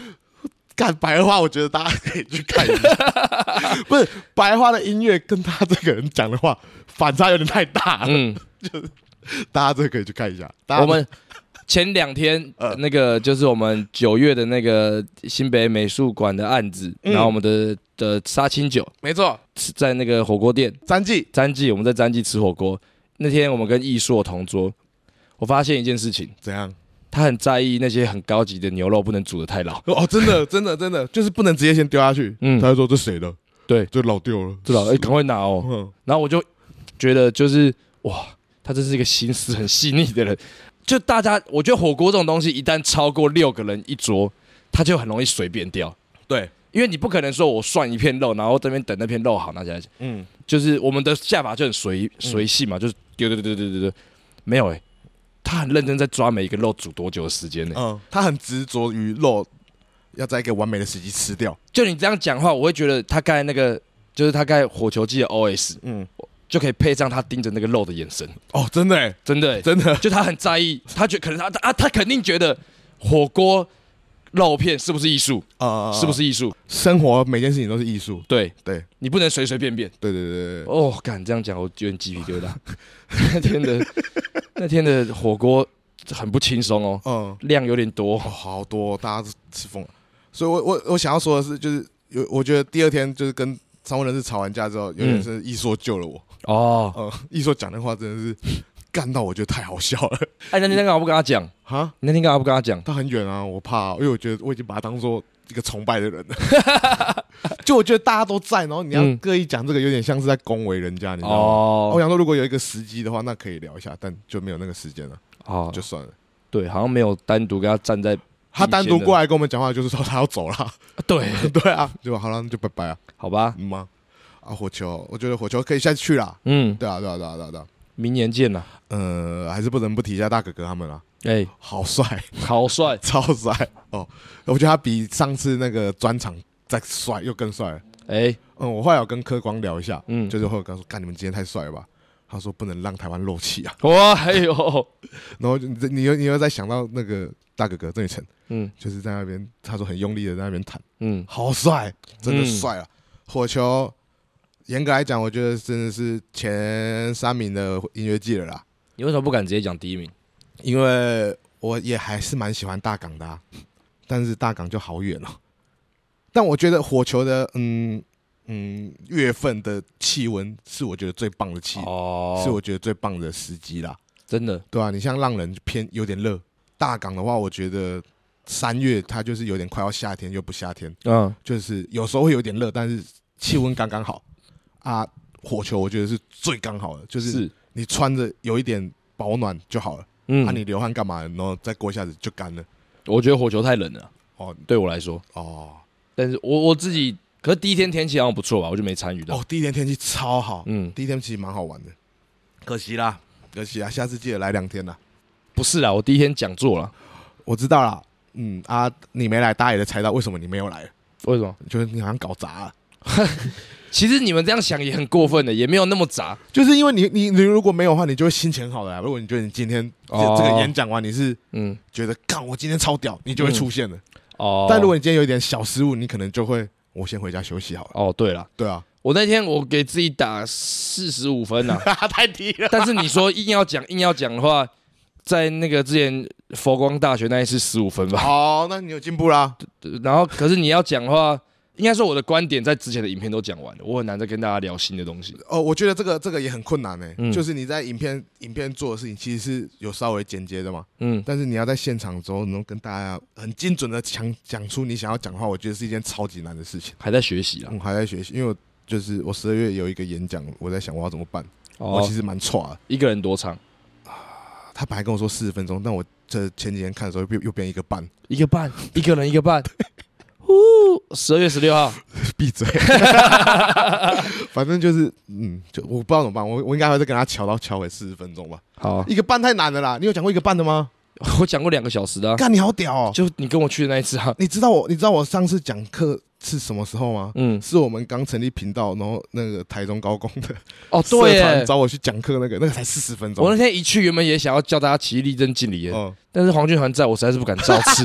Speaker 3: 干白话，我觉得大家可以去看一下。 不是白话的音乐跟他这个人讲的话反差有点太大了，
Speaker 4: 嗯，
Speaker 3: 大家这个可以去看一下。大家
Speaker 4: 我们前两天
Speaker 3: 呃
Speaker 4: 那个就是我们九月的那个新北美术馆的案子，
Speaker 3: 嗯
Speaker 4: 然后我们的的杀青酒
Speaker 3: 没错，
Speaker 4: 是在那个火锅店
Speaker 3: 詹记
Speaker 4: 詹记，我们在詹记吃火锅。那天我们跟艺硕同桌，我发现一件事情，
Speaker 3: 怎样？
Speaker 4: 他很在意那些很高级的牛肉不能煮的太老。
Speaker 3: 哦，真 的，真的，真的，就是不能直接先丢下去。
Speaker 4: 嗯
Speaker 3: 嗯，他就说这谁的？
Speaker 4: 对
Speaker 3: 这老丢了，
Speaker 4: 知道，哎、赶快拿哦。
Speaker 3: 嗯，
Speaker 4: 然后我就觉得就是哇，他真是一个心思很细腻的人。就大家，我觉得火锅这种东西，一旦超过六个人一桌，他就很容易随便掉，
Speaker 3: 对，
Speaker 4: 因为你不可能说我涮一片肉，然后这边等那片肉好拿起来，
Speaker 3: 嗯，
Speaker 4: 就是我们的下巴就很随随性嘛，就是丢丢丢丢丢丢丢，没有哎、他很认真在抓每一个肉煮多久的时间呢、欸
Speaker 3: 嗯，他很执着于肉要在一个完美的时机吃掉。
Speaker 4: 就你这样讲话，我会觉得他刚才那个就是他刚才火球季的 OS
Speaker 3: 嗯，
Speaker 4: 就可以配上他盯着那个肉的眼神，
Speaker 3: 哦，真的欸，
Speaker 4: 真的、欸，
Speaker 3: 真 的，
Speaker 4: 就他很在意，他觉可能他啊，他肯定觉得火锅肉片是不是艺术，
Speaker 3: 啊
Speaker 4: 是不是艺术？
Speaker 3: 生活每件事情都是艺术？
Speaker 4: 对
Speaker 3: 对，
Speaker 4: 你不能随随便便。
Speaker 3: 对对对对对，
Speaker 4: 哦，敢这样讲，我有点鸡皮疙瘩。 那天 的那天的火锅很不轻松哦，
Speaker 3: 嗯，
Speaker 4: 量有点多
Speaker 3: 哦，。好多，大家吃疯了。所以我我我想要说的是，就是有，我觉得第二天就是跟常务人士吵完架之后，有点是艺硕救了我。
Speaker 4: 哦，
Speaker 3: 嗯，艺硕讲的话真的是 干到我觉得太好笑了。
Speaker 4: 哎，那天干嘛不跟他讲？
Speaker 3: 哈，
Speaker 4: 你那天干嘛不跟他讲？
Speaker 3: 他很远啊，我怕啊、因为我觉得我已经把他当做一个崇拜的人了。 就我觉得大家都在，然后你要
Speaker 4: 嗯
Speaker 3: 刻意讲这个，有点像是在恭维人家，你知道吗？我
Speaker 4: 哦
Speaker 3: 想说，如果有一个时机的话，那可以聊一下，但就没有那个时间了，
Speaker 4: 哦
Speaker 3: 就，算了。
Speaker 4: 对，好像没有单独跟他站在
Speaker 3: 他单独
Speaker 4: 以前的
Speaker 3: 过来跟我们讲话，就是说他要走了，
Speaker 4: 对，
Speaker 3: 对啊，对吧？好了，那就拜拜啊，
Speaker 4: 好吧，
Speaker 3: 嗯吗？啊，火球，我觉得火球可以下去啦。
Speaker 4: 嗯，
Speaker 3: 对啊，对啊，对啊，对啊，对啊。
Speaker 4: 明年见啦。
Speaker 3: 呃，还是不能不提一下大哥哥他们啦，
Speaker 4: 哎，
Speaker 3: 好帅，
Speaker 4: 好帅，
Speaker 3: 超帅哦！我觉得他比上次那个专场再帅，又更帅了。
Speaker 4: 哎，
Speaker 3: 嗯，我后来有跟柯光聊一下，
Speaker 4: 嗯，
Speaker 3: 就是后来跟他说，干你们今天太帅了吧？他说不能让台湾漏气啊。
Speaker 4: 哇，哎呦，
Speaker 3: 然后就你你又你又在想到那个大哥哥郑宇成，
Speaker 4: 嗯
Speaker 3: 就是在那边他说很用力的在那边弹，
Speaker 4: 嗯，
Speaker 3: 好帅，真的
Speaker 4: 嗯
Speaker 3: 帅啊！火球，严格来讲，我觉得真的是前三名的音乐季了啦。
Speaker 4: 你为什么不敢直接讲第一名？
Speaker 3: 因为我也还是蛮喜欢大港的、啊，但是大港就好远哦。但我觉得火球的，嗯嗯，月份的气温是我觉得最棒的气，
Speaker 4: 哦
Speaker 3: 是我觉得最棒的时机啦。
Speaker 4: 真的
Speaker 3: 对啊，你像浪人偏有点热，大港的话，我觉得三月它就是有点快要夏天又不夏天，
Speaker 4: 嗯
Speaker 3: 就是有时候会有点热，但是气温刚刚好啊。火球我觉得是最刚好的，就是
Speaker 4: 是啊
Speaker 3: 你穿着有一点保暖就好了，
Speaker 4: 嗯，
Speaker 3: 啊，你流汗干嘛？然后再过一下子就干了。
Speaker 4: 我觉得火球太冷了，
Speaker 3: 哦
Speaker 4: 对我来说，
Speaker 3: 哦
Speaker 4: 但是我我自己，可是第一天天气好像不错吧，我就没参与到。
Speaker 3: 哦，第一天天气超好，
Speaker 4: 嗯，
Speaker 3: 第一天其实蛮好玩的，可惜啦，可惜啊，下次记得来两天啦。
Speaker 4: 不是啦，我第一天讲座了，
Speaker 3: 我知道啦，嗯啊，你没来，大家也猜到为什么你没有来，
Speaker 4: 为什么？
Speaker 3: 就是你好像搞砸了。
Speaker 4: 其实你们这样想也很过分的，也没有那么杂。
Speaker 3: 就是因为你你你如果没有的话，你就会心情好的啊啦。如果你觉得你今天这、
Speaker 4: 哦
Speaker 3: 这个演讲完，你是
Speaker 4: 嗯，
Speaker 3: 觉得干我今天超屌，你就会出现的。
Speaker 4: 哦，
Speaker 3: 但如果你今天有一点小失误，你可能就会我先回家休息好了。
Speaker 4: 哦，对了，
Speaker 3: 对 啊，
Speaker 4: 我那天我给自己打四十五分呐、啊
Speaker 3: 太低了。
Speaker 4: 但是你说硬要讲硬要讲的话，在那个之前佛光大学那一次十五分吧，
Speaker 3: 好，那你有进步啦。
Speaker 4: 然后可是你要讲的话，应该说我的观点在之前的影片都讲完了，我很难再跟大家聊新的东西。
Speaker 3: 哦，我觉得这个这个也很困难呢、
Speaker 4: 嗯
Speaker 3: 就是你在影片影片做的事情，其实是有稍微简洁的嘛，
Speaker 4: 嗯，
Speaker 3: 但是你要在现场之后能够跟大家很精准的讲讲出你想要讲的话，我觉得是一件超级难的事情。
Speaker 4: 还在学习啦
Speaker 3: 我。还在学习，因为我就是我十二月有一个演讲，我在想我要怎么办。我
Speaker 4: 哦
Speaker 3: 其，实蛮差的。
Speaker 4: 一个人多长？
Speaker 3: 他本来跟我说四十分钟，但我这前几天看的时候又变又变一个半。
Speaker 4: 一个半，一个人一个 半。呜，十二月十六号，
Speaker 3: 闭嘴！反正就是，嗯，就我不知道怎么办，我我应该还会再跟他瞧到瞧回四十分钟吧。
Speaker 4: 好啊、
Speaker 3: 一个半太难了啦，你有讲过一个半的吗？
Speaker 4: 我讲过两个小时的啊、
Speaker 3: 干，你好屌哦！
Speaker 4: 就你跟我去的那一次啊。
Speaker 3: 你知道我，你知道我上次讲课是什么时候吗？
Speaker 4: 嗯，
Speaker 3: 是我们刚成立频道，然后那个台中高工的
Speaker 4: 哦，
Speaker 3: 社
Speaker 4: 对
Speaker 3: 团
Speaker 4: 耶，
Speaker 3: 找我去讲课，那个那个才四十分钟。
Speaker 4: 我那天一去，原本也想要叫大家起立正敬礼的，
Speaker 3: 嗯，
Speaker 4: 但是黄俊涵在我实在是不敢造 次。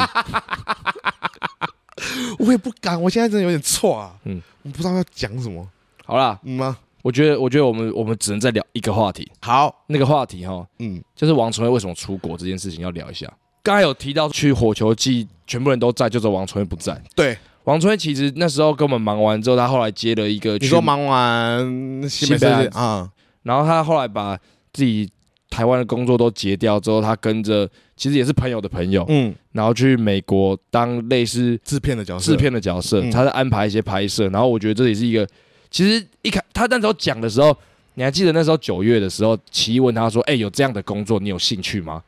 Speaker 3: 我也不敢，我现在真的有点错啊。嗯
Speaker 4: 嗯，
Speaker 3: 我不知道要讲什么，
Speaker 4: 好啦，
Speaker 3: 嗯吗？
Speaker 4: 我觉得，我觉得我们我们只能再聊一个话题，
Speaker 3: 好，
Speaker 4: 那个话题哈，
Speaker 3: 嗯，
Speaker 4: 就是王纯惠为什么出国这件事情要聊一下。刚才有提到去火球季，全部人都在，就只有王纯惠不在。
Speaker 3: 对，
Speaker 4: 王纯惠其实那时候跟我们忙完之后，他后来接了一个
Speaker 3: 你
Speaker 4: 去
Speaker 3: 说忙完西北
Speaker 4: 西北
Speaker 3: 设计
Speaker 4: 案子
Speaker 3: 啊，
Speaker 4: 然后他后来把自己台湾的工作都结掉之后，他跟着其实也是朋友的朋友，
Speaker 3: 嗯，
Speaker 4: 然后去美国当类似
Speaker 3: 制片的角色，
Speaker 4: 制片的角色，
Speaker 3: 嗯
Speaker 4: 他在安排一些拍摄。然后我觉得这也是一个，其实一开他那时候讲的时候，你还记得那时候九月的时候，奇艺问他说：“哎、有这样的工作，你有兴趣吗？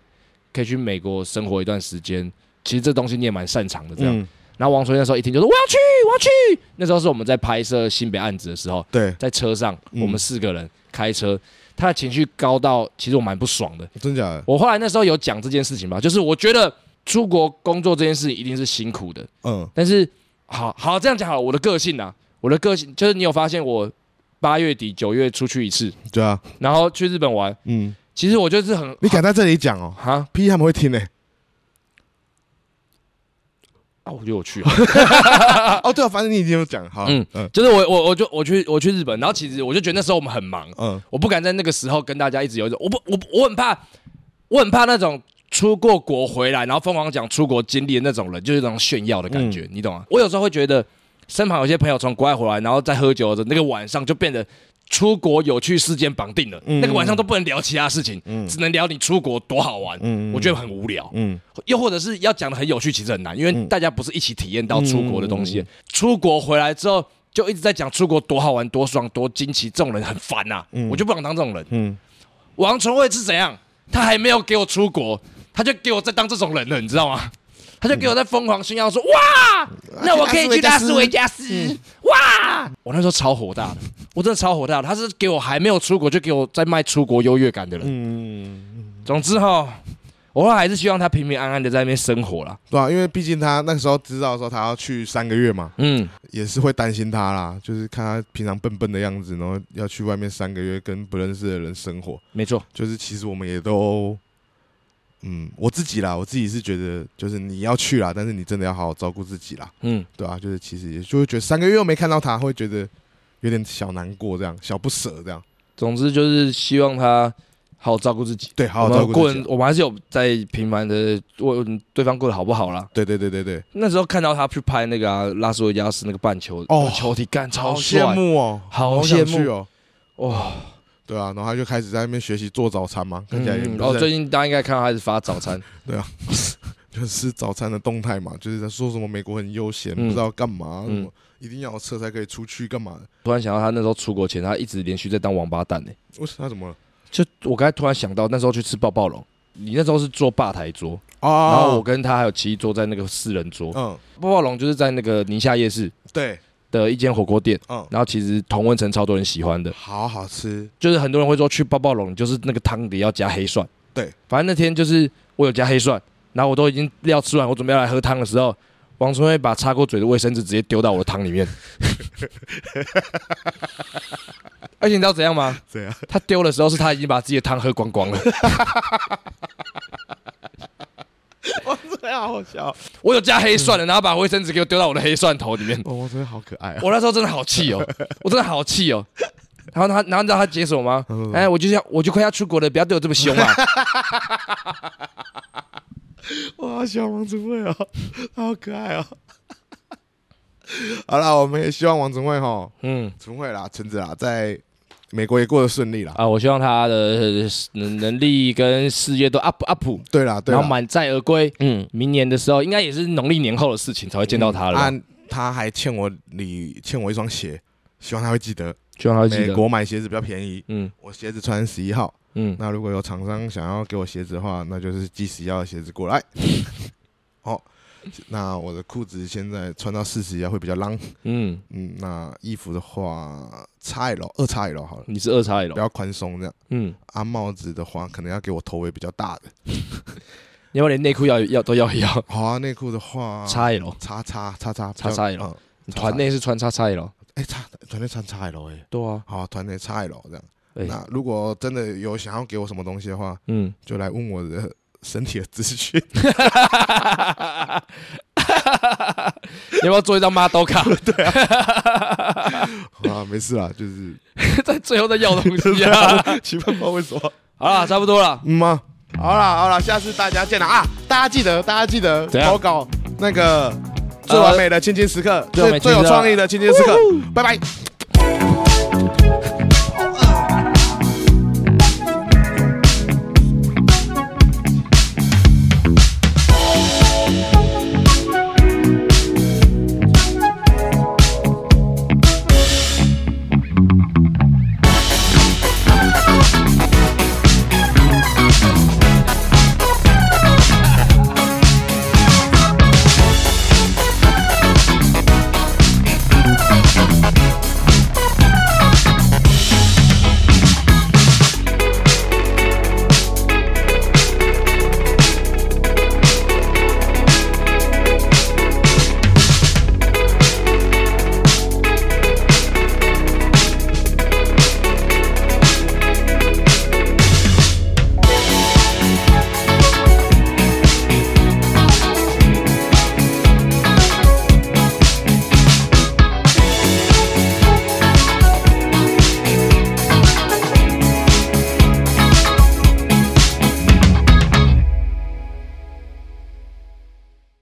Speaker 4: 可以去美国生活一段时间。其实这东西你也蛮擅长的，这样。
Speaker 3: 嗯
Speaker 4: 然后王纯那时候一听就说：“我要去，我要去。”那时候是我们在拍摄新北案子的时候，
Speaker 3: 对，
Speaker 4: 在车上，
Speaker 3: 嗯
Speaker 4: 我们四个人开车，他的情绪高到其实我蛮不爽的。
Speaker 3: 真假的
Speaker 4: 我后来那时候有讲这件事情吧，就是我觉得出国工作这件事情一定是辛苦的，
Speaker 3: 嗯
Speaker 4: 但是好好这样讲好了，我的个性啊，我的个性就是你有发现我八月底九月出去一次，，
Speaker 3: 对啊，
Speaker 4: 然后去日本玩，
Speaker 3: 嗯，
Speaker 4: 其实我就是很
Speaker 3: 你敢在这里讲哦
Speaker 4: 哈
Speaker 3: ，P 他们会听呢。
Speaker 4: 啊，我就有去啊，
Speaker 3: 哦，对啊，反正你已经有讲，好，嗯
Speaker 4: 嗯
Speaker 3: 嗯
Speaker 4: 就是我我我就我去我去日本，然后其实我就觉得那时候我们很忙，
Speaker 3: 嗯，
Speaker 4: 我不敢在那个时候跟大家一直有一种，我不，我我很怕，我很怕那种出过国回来，然后疯狂讲出国经历的那种人，就是那种炫耀的
Speaker 3: 嗯
Speaker 4: 感觉，你懂吗？我有时候会觉得，身旁有些朋友从国外回来，然后在喝酒的那个晚上，就变得出国有趣事件绑定了，
Speaker 3: 嗯
Speaker 4: 那个晚上都不能聊其他事情，
Speaker 3: 嗯
Speaker 4: 只能聊你出国多好玩，
Speaker 3: 嗯嗯
Speaker 4: 我觉得很无聊。
Speaker 3: 嗯，
Speaker 4: 又或者是要讲的很有趣，其实很难，因为大家不是一起体验到出国的东西。
Speaker 3: 嗯
Speaker 4: 出国回来之后，就一直在讲出国多好玩、多爽、多惊奇，这种人很烦呐、啊我就不想当这种人。
Speaker 3: 嗯
Speaker 4: 王纯惠是怎样？他还没有给我出国，他就给我在当这种人了，你知道吗？他就给我在疯狂炫耀说：“哇，
Speaker 3: 嗯
Speaker 4: 那我可以去拉斯维加斯！”哇，我那时候超火大的，我真的超火大的。他是给我还没有出国就给我在卖出国优越感的人。
Speaker 3: 嗯，
Speaker 4: 总之哈，我后来还是希望他平平安安的在那边生活啦。
Speaker 3: 对啊，因为毕竟他那时候知道说他要去三个月嘛，
Speaker 4: 嗯，
Speaker 3: 也是会担心他啦，就是看他平常笨笨的样子，然后要去外面三个月跟不认识的人生活，
Speaker 4: 没错，
Speaker 3: 就是其实我们也都。嗯，我自己啦，我自己是觉得，就是你要去啦，但是你真的要好好照顾自己啦，
Speaker 4: 嗯，
Speaker 3: 对啊，就是其实也就会觉得三个月又没看到他，会觉得有点小难过，这样小不舍这样。
Speaker 4: 总之就是希望他好好照顾自己。
Speaker 3: 对，好好
Speaker 4: 我们
Speaker 3: 照顾
Speaker 4: 过
Speaker 3: 自己
Speaker 4: 人
Speaker 3: 啊。，
Speaker 4: 我们还是有在频繁的问对方过得好不好啦。
Speaker 3: 对对对对对，
Speaker 4: 那时候看到他去拍那个、啊、拉斯维加斯那个半球
Speaker 3: 哦
Speaker 4: 那个球体，干超
Speaker 3: 好
Speaker 4: 帅
Speaker 3: 羡慕哦，
Speaker 4: 好
Speaker 3: 想
Speaker 4: 羡慕
Speaker 3: 去哦。
Speaker 4: 哇！
Speaker 3: 对啊，然后他就开始在那边学习做早餐嘛，看起来也
Speaker 4: 嗯
Speaker 3: 不
Speaker 4: 哦，
Speaker 3: 是
Speaker 4: 最近大家应该看到他是发早餐，
Speaker 3: 就是早餐的动态嘛，就是在说什么美国很悠闲，
Speaker 4: 嗯
Speaker 3: 不知道干嘛，
Speaker 4: 嗯
Speaker 3: 什么一定要有车才可以出去干嘛的。
Speaker 4: 突然想到他那时候出国前，他一直连续在当王八蛋呢、欸
Speaker 3: 为他怎么了？
Speaker 4: 就我刚才突然想到，那时候去吃爆爆龙，你那时候是坐吧台桌，然后我
Speaker 3: 哦，
Speaker 4: 跟他还有奇艺坐在那个四人桌。
Speaker 3: 嗯，
Speaker 4: 爆爆龙就是在那个宁夏夜市
Speaker 3: 对，
Speaker 4: 的一间火锅店，
Speaker 3: 嗯，
Speaker 4: 然后其实同温层超多人喜欢的，
Speaker 3: 好好吃，
Speaker 4: 就是很多人会说去爆爆龙就是那个汤底要加黑蒜。
Speaker 3: 对，
Speaker 4: 反正那天就是我有加黑蒜，然后我都已经料吃完，我准备要来喝汤的时候，王春慧把擦过嘴的卫生纸直接丢到我的汤里面。 而且哎你知道怎样吗？
Speaker 3: 怎 样？
Speaker 4: 他丢的时候是他已经把自己的汤喝光光了。
Speaker 3: 哇，这个好好笑！
Speaker 4: 我有加黑蒜的，然后把卫生纸给我丢到我的黑蒜头里面。
Speaker 3: 哦，哇，真的好可爱啊！
Speaker 4: 我那时候真的好气哦，我真的好气哦。然后他，然后你知道他解锁吗？哎，我就要，我就快要出国了，不要对我这么凶 啊！
Speaker 3: 我好喜欢王子惠哦， 他好可爱哦。 好啦，我们也希望王子惠哈，
Speaker 4: 嗯
Speaker 3: 陈惠啦，橙子啦，在美国也过得顺利啦。
Speaker 4: 啊，我希望他的呃能能力跟事业都 up up，
Speaker 3: 对啦，对
Speaker 4: 然
Speaker 3: 啦，
Speaker 4: 后满载而归。啊嗯，明年的时候应该也是农历年后的事情才会见到他了吧，
Speaker 3: 啊，他还欠我礼，欠我一双鞋，希望他会记得。
Speaker 4: 希望他记
Speaker 3: 美
Speaker 4: 得。
Speaker 3: 国买鞋子比较便宜，
Speaker 4: 嗯
Speaker 3: 我鞋子穿十一号。
Speaker 4: 嗯，
Speaker 3: 那如果有厂商想要给我鞋子的话，那就是寄十一号的鞋子过来。 好，那我的裤子现在穿到四十一号会比较浪。
Speaker 4: 嗯，
Speaker 3: 嗯，那衣服的话，叉 L 二叉 L 好了，
Speaker 4: 你是二叉 L
Speaker 3: 比。较宽松这样。
Speaker 4: 嗯，
Speaker 3: 啊，帽子的话，可能要给我头围比较大的。
Speaker 4: 你要不要连内裤要要都要一要
Speaker 3: 好啊，内裤的话，
Speaker 4: 叉 L，
Speaker 3: 叉叉叉叉
Speaker 4: 叉叉 L
Speaker 3: 嗯
Speaker 4: 你团内是穿叉叉 L。
Speaker 3: 哎，叉团内穿叉 L 哎，
Speaker 4: 对啊，
Speaker 3: 好，团内叉 L 这样。
Speaker 4: 哎，
Speaker 3: 那如果真的有想要给我什么东西的话，
Speaker 4: 嗯，
Speaker 3: 就来问我的 身体的资讯。
Speaker 4: 你要不要做一张 model 卡？
Speaker 3: 好啊，没事啦， 就是
Speaker 4: 在最后再要东西 啊！
Speaker 3: 奇葩猫会说
Speaker 4: 好啦，差不多了，
Speaker 3: 嗯吗？好啦好啦，下次大家见了啊！大家记得，大家记得
Speaker 4: 怎样
Speaker 3: 投稿那个最完美的亲亲时刻，
Speaker 4: 最
Speaker 3: 最
Speaker 4: 完美
Speaker 3: 最有
Speaker 4: 亲亲时刻
Speaker 3: 创意的亲亲时刻，拜拜。